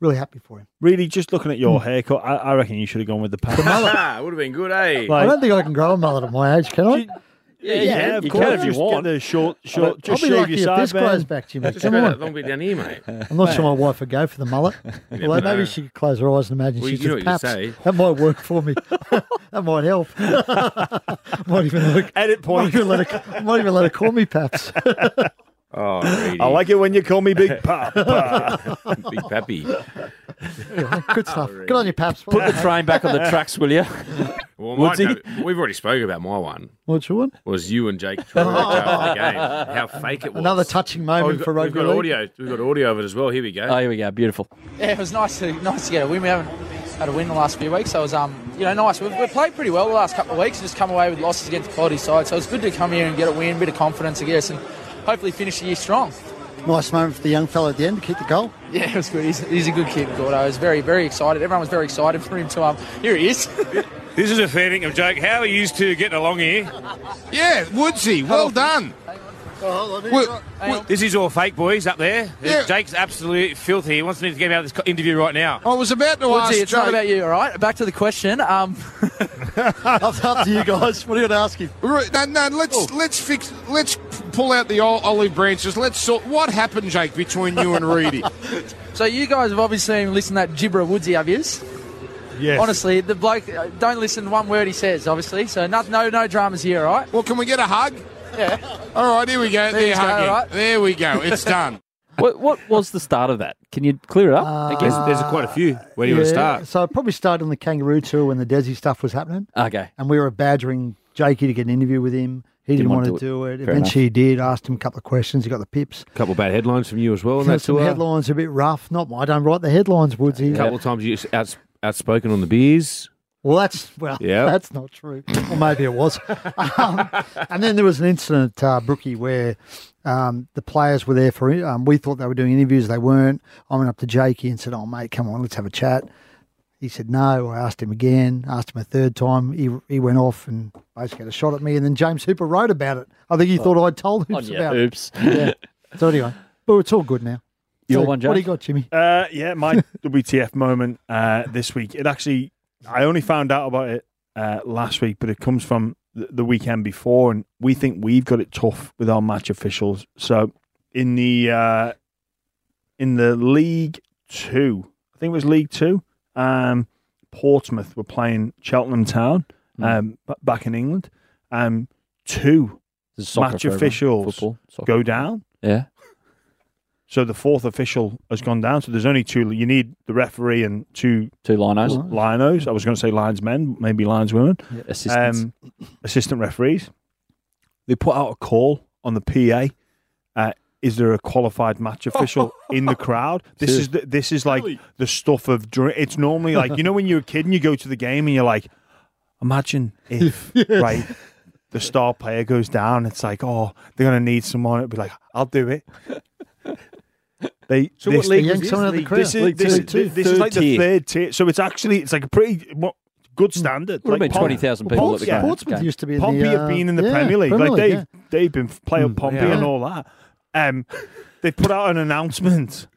[SPEAKER 6] really happy for him.
[SPEAKER 4] Really, just looking at your haircut, I, I reckon you should have gone with the pattern.
[SPEAKER 5] Ah, would have been good, eh?
[SPEAKER 6] I don't think I can grow a mullet at my age, can I?
[SPEAKER 3] Yeah, you can- you can if you
[SPEAKER 4] Just get
[SPEAKER 3] want.
[SPEAKER 4] the short, short.
[SPEAKER 6] I'll
[SPEAKER 4] Just
[SPEAKER 6] be
[SPEAKER 4] shave
[SPEAKER 6] lucky
[SPEAKER 4] your
[SPEAKER 6] if this grows
[SPEAKER 4] sideburns.
[SPEAKER 6] back, Jimmy.
[SPEAKER 5] Just
[SPEAKER 6] Come
[SPEAKER 5] about
[SPEAKER 6] on.
[SPEAKER 5] that long bit down here, mate.
[SPEAKER 6] I'm not sure my wife would go for the mullet. Although
[SPEAKER 5] but no.
[SPEAKER 6] maybe she could close her eyes and imagine
[SPEAKER 5] Well,
[SPEAKER 6] she's
[SPEAKER 5] you know
[SPEAKER 6] with
[SPEAKER 5] what you
[SPEAKER 6] paps.
[SPEAKER 5] say.
[SPEAKER 6] That might work for me. that might help. might even look.
[SPEAKER 4] Edit
[SPEAKER 6] Might
[SPEAKER 4] point.
[SPEAKER 6] even, let her, might even let her call me Paps.
[SPEAKER 5] Oh,
[SPEAKER 4] I like it when you call me Big Pop.
[SPEAKER 5] Big Pappy.
[SPEAKER 6] Good stuff. Good on you, Paps.
[SPEAKER 3] Put the train back on the tracks, will you?
[SPEAKER 5] Well,
[SPEAKER 3] Woods
[SPEAKER 5] mine- no, we've already spoke about my one.
[SPEAKER 6] What's your one?
[SPEAKER 5] Was you and Jake Troy after the game? How fake it was!
[SPEAKER 6] Another touching
[SPEAKER 5] Oh,
[SPEAKER 6] moment
[SPEAKER 5] we've
[SPEAKER 6] for
[SPEAKER 5] got, we've
[SPEAKER 6] rugby
[SPEAKER 5] got
[SPEAKER 6] league.
[SPEAKER 5] audio. We've got audio of it as well. Here we go.
[SPEAKER 7] Uh,
[SPEAKER 3] Oh, here we go. Beautiful.
[SPEAKER 2] Yeah, it was nice to nice to get a win. We haven't had a win the last few weeks, so it was um you know nice. We've, we've played pretty well the last couple of weeks. Just come away with losses against quality sides, so it's good to come here and get a win, bit of confidence, I guess, and hopefully finish the year strong.
[SPEAKER 6] Nice moment for the young fellow at the end to kick the goal.
[SPEAKER 2] Yeah, it was good. He's, he's a good kid, Gordo. I was very very excited. Everyone was very excited for him to um here he is.
[SPEAKER 7] This is a fair dinkum joke. How are you two getting along here?
[SPEAKER 8] Yeah, Woodsy, well done. Wo-
[SPEAKER 7] This is all fake boys up there. Uh,
[SPEAKER 8] Yeah.
[SPEAKER 7] Jake's absolutely filthy. He wants me to get him out of this co- interview right now.
[SPEAKER 8] I was about to
[SPEAKER 2] Woodsy,
[SPEAKER 8] ask
[SPEAKER 2] it's not
[SPEAKER 8] Jake.
[SPEAKER 2] about you, all right? Back to the question. Um,
[SPEAKER 6] Up, up to you guys. What are you going to ask him?
[SPEAKER 8] Right, No, no, let's
[SPEAKER 2] Oh.
[SPEAKER 8] let's fix. Let's pull out the old olive branches. Let's sort. What happened, Jake, between you and Reedy?
[SPEAKER 2] so you guys have obviously listened to that gibber of Woodsy, have you?
[SPEAKER 4] Yes.
[SPEAKER 2] Honestly, the bloke uh, don't listen to one word he says, obviously. So no no no dramas here, all right?
[SPEAKER 8] well, can we get a hug? Yeah. All right, here we go.
[SPEAKER 2] you
[SPEAKER 8] They're
[SPEAKER 2] go,
[SPEAKER 8] hugging.
[SPEAKER 2] all right.
[SPEAKER 8] There we go. It's done.
[SPEAKER 3] What, what was the start of that? Can you clear it up?
[SPEAKER 6] Uh,
[SPEAKER 5] There's, there's quite a few. Where do you want to start?
[SPEAKER 6] So I probably started on the Kangaroo tour when the Desi stuff was happening.
[SPEAKER 3] Okay.
[SPEAKER 6] and we were badgering Jakey to get an interview with him. He didn't, want to do it.
[SPEAKER 3] Fair
[SPEAKER 6] Eventually, he did. Asked him a couple of questions. He got the pips.
[SPEAKER 5] A couple of bad headlines from you as well. And that's
[SPEAKER 6] some
[SPEAKER 5] all. A
[SPEAKER 6] headlines a bit rough. Not I don't write the headlines, Woodsy.
[SPEAKER 5] couple of times you just outs, outspoken on the beers.
[SPEAKER 6] Well, that's well,
[SPEAKER 5] Yeah.
[SPEAKER 6] that's not true. Or maybe it was. um, and then there was an incident, at, uh, Brookie, where um, the players were there for. Um, we thought they were doing interviews. They weren't. I went up to Jakey and said, "Oh, mate, come on, let's have a chat." He said no. I asked him again. Asked him a third time. He he went off and basically had a shot at me. And then James Hooper wrote about it. I think he thought I'd told him
[SPEAKER 3] On your
[SPEAKER 6] about it.
[SPEAKER 3] oops.
[SPEAKER 6] Yeah. So anyway, but it's all good now.
[SPEAKER 3] Your
[SPEAKER 6] So
[SPEAKER 3] one,
[SPEAKER 6] What do you
[SPEAKER 3] Jake?
[SPEAKER 6] got, Jimmy?
[SPEAKER 4] Uh, yeah, my WTF moment uh, this week. It actually, I only found out about it uh, last week, but it comes from the, the weekend before, and we think we've got it tough with our match officials. So in the uh, in the League Two, I think it was League Two. Um, Portsmouth were playing Cheltenham Town um, b- back in England. Um, two
[SPEAKER 3] This is soccer
[SPEAKER 4] Match
[SPEAKER 3] for everyone.
[SPEAKER 4] officials
[SPEAKER 3] Football, soccer.
[SPEAKER 4] go down.
[SPEAKER 3] Yeah.
[SPEAKER 4] So the fourth official has gone down. So there's only two. You need the referee and two
[SPEAKER 3] Two linos.
[SPEAKER 4] linos. I was going to say linesmen, maybe lineswomen.
[SPEAKER 3] Assistants.
[SPEAKER 4] Um, assistant referees. They put out a call on the PA. Uh, is there a qualified match official in the crowd? This is the, this is like the stuff of dr- it's normally like you know when you're a kid and you go to the game and you're like, imagine if right the star player goes down, it's like oh they're gonna need someone. It'd be like I'll do it. They
[SPEAKER 5] So what
[SPEAKER 4] this-
[SPEAKER 5] league
[SPEAKER 6] Yank someone out of the crowd.
[SPEAKER 4] this is
[SPEAKER 3] League
[SPEAKER 4] this,
[SPEAKER 3] two.
[SPEAKER 4] this, this is
[SPEAKER 3] Third
[SPEAKER 4] like the
[SPEAKER 3] tier.
[SPEAKER 4] third tier. So it's actually it's like a pretty what, good
[SPEAKER 3] Hmm.
[SPEAKER 4] standard.
[SPEAKER 3] Would have
[SPEAKER 4] like
[SPEAKER 3] been 20,000 people at the
[SPEAKER 4] yeah.
[SPEAKER 3] game.
[SPEAKER 6] Portsmouth
[SPEAKER 3] Okay.
[SPEAKER 6] used to be in
[SPEAKER 4] Pompey
[SPEAKER 6] the, uh,
[SPEAKER 4] have been in the
[SPEAKER 6] yeah,
[SPEAKER 4] Premier League. like
[SPEAKER 6] League,
[SPEAKER 4] they've
[SPEAKER 6] yeah. Mm.
[SPEAKER 4] they've been playing Pompey
[SPEAKER 5] yeah.
[SPEAKER 4] and all that. Um, they put out an announcement.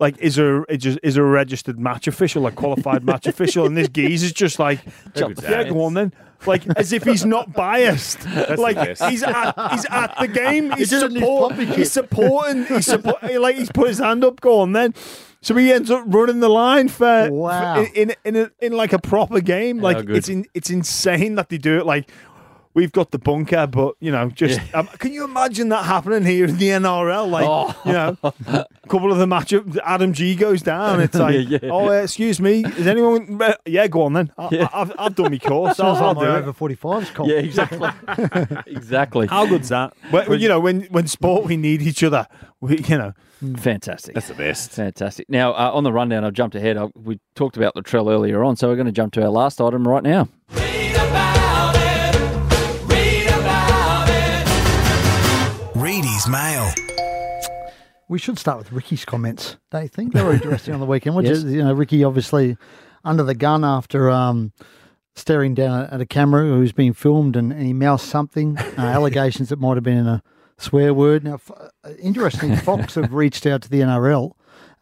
[SPEAKER 4] Like is there is there- is there a registered match official, like qualified match official, and this geese is just like yeah, go on then, like as if he's not biased, like
[SPEAKER 5] best.
[SPEAKER 4] he's at he's at the game, he's,
[SPEAKER 6] did it in his
[SPEAKER 4] support,
[SPEAKER 6] Pompey kit.
[SPEAKER 4] he's supporting, he's support, like he's put his hand up, go on then, so he ends up running the line for
[SPEAKER 6] Wow.
[SPEAKER 4] for- in in, in, a, in like a proper game, like
[SPEAKER 5] good.
[SPEAKER 4] it's in, it's insane that they do it like we've got the bunker, but you know, just um, can you imagine that happening here in the NRL? Like, you know, a couple of the matchup, Adam G goes down. It's like,
[SPEAKER 3] Yeah, yeah.
[SPEAKER 4] oh, uh, excuse me, is anyone? uh, Yeah, go on then. I, I, I've, I've done my course. I'll,
[SPEAKER 6] Sounds
[SPEAKER 4] I'll
[SPEAKER 6] like
[SPEAKER 4] do
[SPEAKER 6] my
[SPEAKER 4] it.
[SPEAKER 6] over 45s call.
[SPEAKER 3] Yeah, exactly. exactly.
[SPEAKER 4] How good's that? When, when, you know, when when sport we need each other. We, you know,
[SPEAKER 3] Fantastic.
[SPEAKER 5] That's the best.
[SPEAKER 3] Fantastic. Now, uh, on the rundown, I've jumped ahead. I, we talked about Latrell earlier on, so we're going to jump to our last item right now.
[SPEAKER 1] Reedy's Mail.
[SPEAKER 6] We should start with Ricky's comments, don't you think? They were interesting on the weekend. Which
[SPEAKER 3] Yes.
[SPEAKER 6] is, you know, Ricky obviously under the gun after um, staring down at a camera who was being filmed and, and he mouthed something, uh, allegations that might have been a swear word. Now, f- uh, interesting, Fox have reached out to the NRL,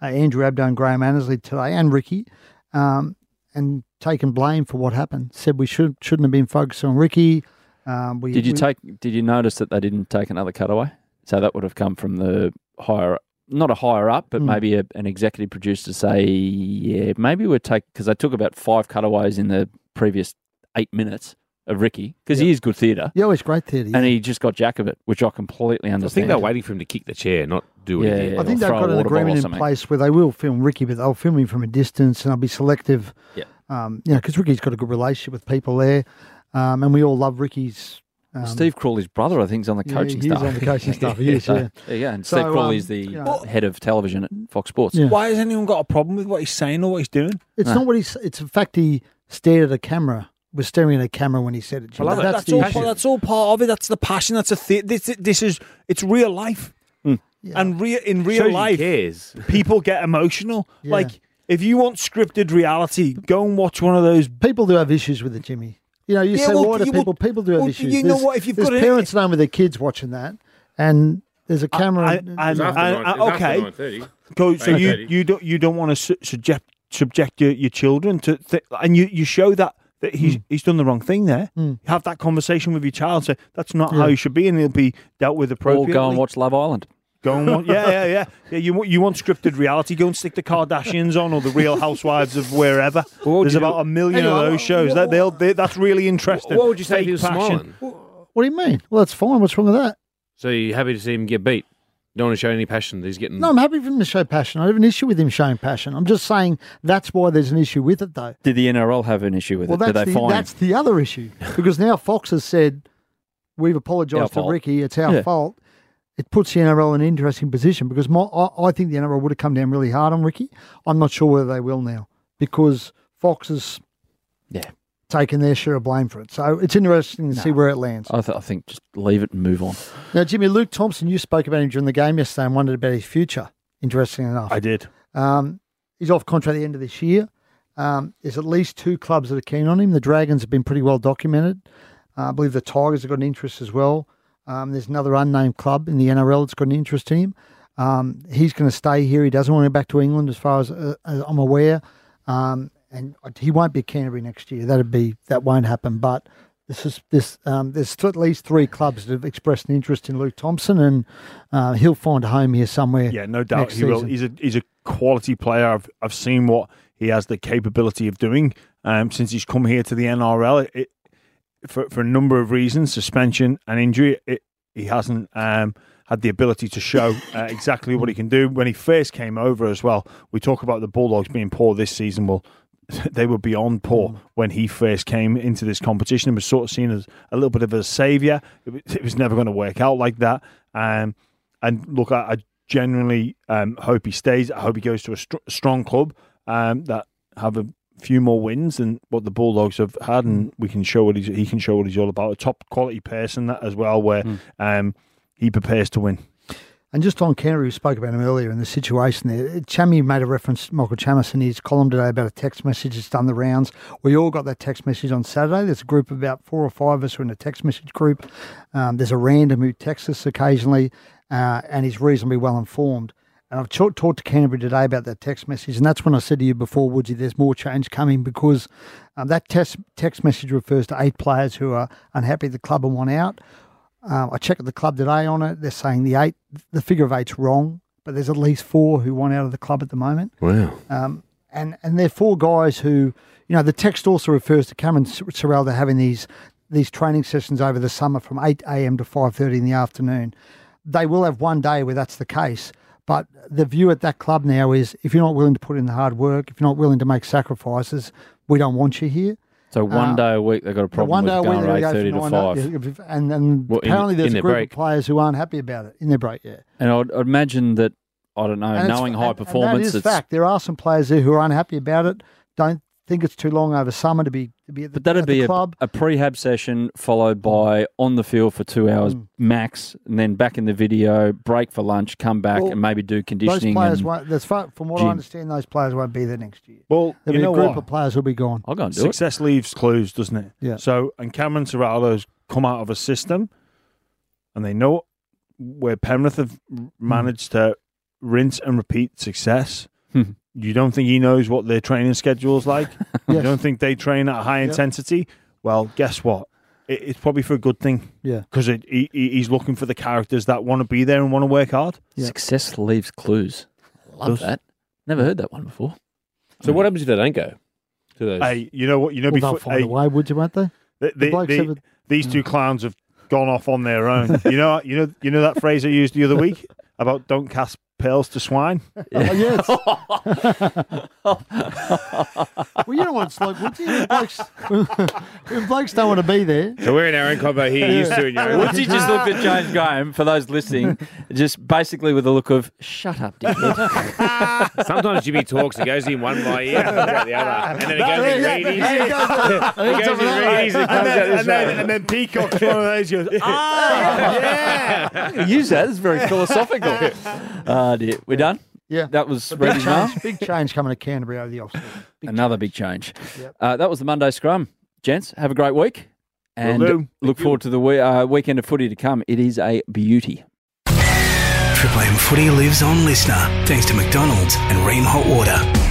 [SPEAKER 6] uh, Andrew Abdo and Graham Annesley today, and Ricky, um, and taken blame for what happened. Said we should, shouldn't have been focused on Ricky. Um, we,
[SPEAKER 3] Did you
[SPEAKER 6] we-
[SPEAKER 3] take? Did you notice that they didn't take another cutaway? So that would have come from the higher, not a higher up,
[SPEAKER 6] Hmm.
[SPEAKER 3] but maybe a, an executive producer say, yeah, maybe we'll take because they took about five cutaways in the previous eight minutes of Ricky because he is good theatre
[SPEAKER 6] Yeah, it's great theatre. yeah.
[SPEAKER 3] and he just got jack of it, which I completely
[SPEAKER 5] I
[SPEAKER 3] understand.
[SPEAKER 5] think they're waiting for him to kick the chair, not do
[SPEAKER 3] Yeah,
[SPEAKER 5] it.
[SPEAKER 3] yeah,
[SPEAKER 5] again.
[SPEAKER 3] yeah.
[SPEAKER 6] I think
[SPEAKER 3] they'll throw
[SPEAKER 6] they've
[SPEAKER 3] a
[SPEAKER 6] got an
[SPEAKER 3] water bottle or
[SPEAKER 6] agreement in
[SPEAKER 3] something.
[SPEAKER 6] place where they will film Ricky, but they'll film him from a distance, and I'll be selective.
[SPEAKER 3] Yeah.
[SPEAKER 6] um, you know, because Ricky's got a good relationship with people there, um, and we all love Ricky's. Um,
[SPEAKER 3] Steve Crawley's brother, I think, is on the
[SPEAKER 6] Yeah,
[SPEAKER 3] coaching
[SPEAKER 6] he's
[SPEAKER 3] staff.
[SPEAKER 6] on the coaching staff, he is,
[SPEAKER 3] So,
[SPEAKER 6] yeah.
[SPEAKER 3] there you go. And
[SPEAKER 6] So,
[SPEAKER 3] Steve Crawley's
[SPEAKER 6] um,
[SPEAKER 3] the
[SPEAKER 6] yeah.
[SPEAKER 3] head of television at Fox Sports.
[SPEAKER 6] Yeah.
[SPEAKER 4] Why has anyone got a problem with what he's saying or what he's doing?
[SPEAKER 6] It's not what he's. It's the fact he stared at a camera. Was staring at a camera when he said it. Jim. That's,
[SPEAKER 4] That's,
[SPEAKER 6] the
[SPEAKER 4] all.
[SPEAKER 6] issue.
[SPEAKER 4] Part, that's all part of it. That's the passion. That's a the- this. This is it's real life,
[SPEAKER 6] Yeah.
[SPEAKER 4] and real in real
[SPEAKER 5] Shows he
[SPEAKER 4] life,
[SPEAKER 5] cares.
[SPEAKER 4] people get emotional.
[SPEAKER 6] Yeah.
[SPEAKER 4] Like if you want scripted reality, go and watch one of those.
[SPEAKER 6] people do have issues with it, Jimmy. You know, you
[SPEAKER 4] Yeah,
[SPEAKER 6] say,
[SPEAKER 4] well,
[SPEAKER 6] why do
[SPEAKER 4] you-
[SPEAKER 6] people?
[SPEAKER 4] well,
[SPEAKER 6] people do have
[SPEAKER 4] well,
[SPEAKER 6] issues.
[SPEAKER 4] you know
[SPEAKER 6] There's-
[SPEAKER 4] what, if you've
[SPEAKER 6] there's
[SPEAKER 4] got an-
[SPEAKER 6] parents at home with their kids watching that, and there's a camera.
[SPEAKER 4] I- I-
[SPEAKER 6] there's a-
[SPEAKER 4] I- uh, okay. Go, so you,
[SPEAKER 5] Maybe.
[SPEAKER 4] you don't you don't want to su- subject subject your, your children to th- and you, you show that that
[SPEAKER 6] Hmm.
[SPEAKER 4] he's he's done the wrong thing there. Have that conversation with your child. Say that's not how
[SPEAKER 6] Yeah.
[SPEAKER 4] you should be, and it'll be dealt with
[SPEAKER 3] Or
[SPEAKER 4] appropriately.
[SPEAKER 3] go and watch Love Island.
[SPEAKER 4] Go and watch. Yeah, yeah, yeah. yeah you, want- you want scripted reality? Go and stick the Kardashians on or the Real Housewives of wherever.
[SPEAKER 5] would
[SPEAKER 4] There's
[SPEAKER 5] you
[SPEAKER 4] about
[SPEAKER 5] do-
[SPEAKER 4] a million
[SPEAKER 6] Hang
[SPEAKER 4] of
[SPEAKER 6] on,
[SPEAKER 4] those shows.
[SPEAKER 6] what-
[SPEAKER 4] that they'll they, that's really interesting.
[SPEAKER 5] What would you say if
[SPEAKER 4] Fake
[SPEAKER 5] he was
[SPEAKER 4] passion.
[SPEAKER 5] smiling?
[SPEAKER 6] what do you mean? Well, that's fine. What's wrong with that?
[SPEAKER 5] So you're happy to see him get beat? Don't want to show any passion. that He's getting
[SPEAKER 6] No, I'm happy for him to show passion. I don't have an issue with him showing passion. I'm just saying that's why there's an issue with it, though.
[SPEAKER 3] Did the NRL have an issue with
[SPEAKER 6] Well,
[SPEAKER 3] it? Did
[SPEAKER 6] that's
[SPEAKER 3] they
[SPEAKER 6] the,
[SPEAKER 3] find
[SPEAKER 6] that's the other issue because now Fox has said we've
[SPEAKER 3] Our
[SPEAKER 6] apologised to
[SPEAKER 3] fault.
[SPEAKER 6] Ricky. It's our
[SPEAKER 3] Yeah.
[SPEAKER 6] fault. It puts the NRL in an interesting position because my, I, I think the NRL would have come down really hard on Ricky. I'm not sure whether they will now because Fox has
[SPEAKER 3] Yeah.
[SPEAKER 6] taken their share of blame for it. So it's interesting to see where it lands.
[SPEAKER 3] I, th- I think just leave it and move on.
[SPEAKER 6] Now, Jimmy, Luke Thompson, you spoke about him during the game yesterday and wondered about his future. Interesting enough.
[SPEAKER 4] I did.
[SPEAKER 6] Um, he's off contract at the end of this year. Um, there's at least two clubs that are keen on him. The Dragons have been pretty well documented. Uh, I believe the Tigers have got an interest as well. Um, there's another unnamed club in the NRL that's got an interest in him. Um, he's going to stay here. He doesn't want to go back to England, as far as, uh, as I'm aware. Um, and he won't be at Canterbury next year. That'd be that won't happen. But this is this. Um, there's at least three clubs that have expressed an interest in Luke Thompson, and uh, he'll find a home here somewhere.
[SPEAKER 4] Yeah, no doubt
[SPEAKER 6] next
[SPEAKER 4] he will.
[SPEAKER 6] season.
[SPEAKER 4] He's a he's a quality player. I've I've seen what he has the capability of doing um, since he's come here to the NRL. It, for for a number of reasons, suspension and injury, it, he hasn't um, had the ability to show uh, exactly what he can do. When he first came over, as well, we talk about the Bulldogs being poor this season. Well. They were beyond poor
[SPEAKER 6] Mm.
[SPEAKER 4] when he first came into this competition and was sort of seen as a little bit of a saviour. It was, it was never going to work out like that. Um, and look, I, I genuinely um, hope he stays. I hope he goes to a str- strong club um, that have a few more wins than what the Bulldogs have had, and we can show what he's, he can show what he's all about. A top quality person that as well, where um, he prepares to win.
[SPEAKER 6] And just on Canterbury, we spoke about him earlier and the situation there. Chammy made a reference, Michael Chamis, in his column today about a text message that's done the rounds. We all got that text message on Saturday. There's a group of about four or five of us who are in a text message group. Um, there's a random who texts us occasionally, uh, and he's reasonably well informed. And I've talked talked to Canterbury today about that text message, and that's when I said to you before, Woodsy, there's more change coming because um, that test, text message refers to eight players who are unhappy the club and want out. Um, I checked at the club today on it. They're saying the eight, the figure of eight's wrong, but there's at least four who want out of the club at the moment. Um,
[SPEAKER 5] wow.
[SPEAKER 6] And and they're four guys who, you know, the text also refers to Cameron Sor- Sorrell having these these training sessions over the summer from eight a.m. to five thirty in the afternoon. They will have one day where that's the case. But the view at that club now is if you're not willing to put in the hard work, if you're not willing to make sacrifices, we don't want you here.
[SPEAKER 3] So one day a week they've got a
[SPEAKER 6] But
[SPEAKER 3] problem with
[SPEAKER 6] a
[SPEAKER 3] going
[SPEAKER 6] week they're
[SPEAKER 3] around eight
[SPEAKER 6] gonna
[SPEAKER 3] thirty
[SPEAKER 6] go
[SPEAKER 3] to
[SPEAKER 6] for
[SPEAKER 3] five.
[SPEAKER 6] nine- yeah, And, and
[SPEAKER 5] Well, in-
[SPEAKER 6] apparently there's
[SPEAKER 5] in their
[SPEAKER 6] a group
[SPEAKER 5] break.
[SPEAKER 6] of players who aren't happy about it in their break, yeah.
[SPEAKER 3] And I'd, I'd imagine that I don't know,
[SPEAKER 6] And it's-
[SPEAKER 3] knowing
[SPEAKER 6] and-
[SPEAKER 3] high
[SPEAKER 6] and
[SPEAKER 3] performance,
[SPEAKER 6] that is
[SPEAKER 3] it's
[SPEAKER 6] fact. There are some players there who are unhappy about it, don't think it's too long over summer to be to be at the,
[SPEAKER 3] But that'd
[SPEAKER 6] at the
[SPEAKER 3] be a,
[SPEAKER 6] club. Mm.
[SPEAKER 3] a prehab session followed by on the field for two hours max, and then back in the video, break for lunch, come back,
[SPEAKER 6] Well,
[SPEAKER 3] and maybe do
[SPEAKER 6] Those
[SPEAKER 3] conditioning.
[SPEAKER 6] players
[SPEAKER 3] and
[SPEAKER 6] won't. That's far, from what
[SPEAKER 3] gym.
[SPEAKER 6] I understand. Those players won't be there next year.
[SPEAKER 4] Well,
[SPEAKER 6] There'll
[SPEAKER 4] you
[SPEAKER 6] be
[SPEAKER 4] know
[SPEAKER 6] a group
[SPEAKER 4] what?
[SPEAKER 6] of players who'll be gone.
[SPEAKER 3] I'll go and do it.
[SPEAKER 4] Success leaves clues, doesn't it?
[SPEAKER 6] Yeah.
[SPEAKER 4] So, and Cameron Serrato's come out of a system, and they know where Penrith have managed to rinse and repeat success.
[SPEAKER 3] Hmm.
[SPEAKER 4] you don't think he knows what their training schedule's like? You
[SPEAKER 6] Yes.
[SPEAKER 4] don't think they train at high intensity? Well, guess what? It, it's probably for a good thing.
[SPEAKER 6] Yeah.
[SPEAKER 4] Because he, he, he's looking for the characters that want to be there and want to work hard.
[SPEAKER 6] Yeah.
[SPEAKER 3] Success leaves clues. Love
[SPEAKER 4] Does-
[SPEAKER 3] that. Never heard that one before.
[SPEAKER 5] So what happens if they don't go to those?
[SPEAKER 4] Hey, you know what? You know,
[SPEAKER 6] Well, they'll
[SPEAKER 4] before
[SPEAKER 6] find
[SPEAKER 4] hey,
[SPEAKER 6] a way, would you? Won't they?
[SPEAKER 4] the, the,
[SPEAKER 6] blokes
[SPEAKER 4] the-
[SPEAKER 6] have a- Mm.
[SPEAKER 4] these two clowns have gone off on their own. you know, you know, you know that phrase I used the other week about don't cast pearls to swine.
[SPEAKER 6] Oh, yes. well, you don't want to slope, would you? If blokes, if blokes don't want to be there,
[SPEAKER 5] So we're in our own combo here. You're still in your own.
[SPEAKER 3] Woodsy just looked at James Graham, for those listening, just basically with a look of, shut up, dickhead.
[SPEAKER 5] Sometimes Jimmy talks. He goes in one by ear, and comes out the other, and then he goes in readies. He goes in readies and comes out this way.
[SPEAKER 4] then Peacock's one of those. Goes,
[SPEAKER 3] Use that, it's very philosophical. Ah, dear. We're done?
[SPEAKER 6] yeah,
[SPEAKER 3] That was
[SPEAKER 6] A big
[SPEAKER 3] Reddy's mum.
[SPEAKER 6] change, big change coming to Canterbury over the offseason.
[SPEAKER 3] Another big change.
[SPEAKER 6] Yep.
[SPEAKER 3] Uh, that was the Monday Scrum. Gents, have a great week and
[SPEAKER 4] do. Thank
[SPEAKER 3] look forward to the we- uh, weekend of footy to come. It is a beauty.
[SPEAKER 1] Triple M Footy lives on Listener, thanks to McDonald's and Ream Hot Water.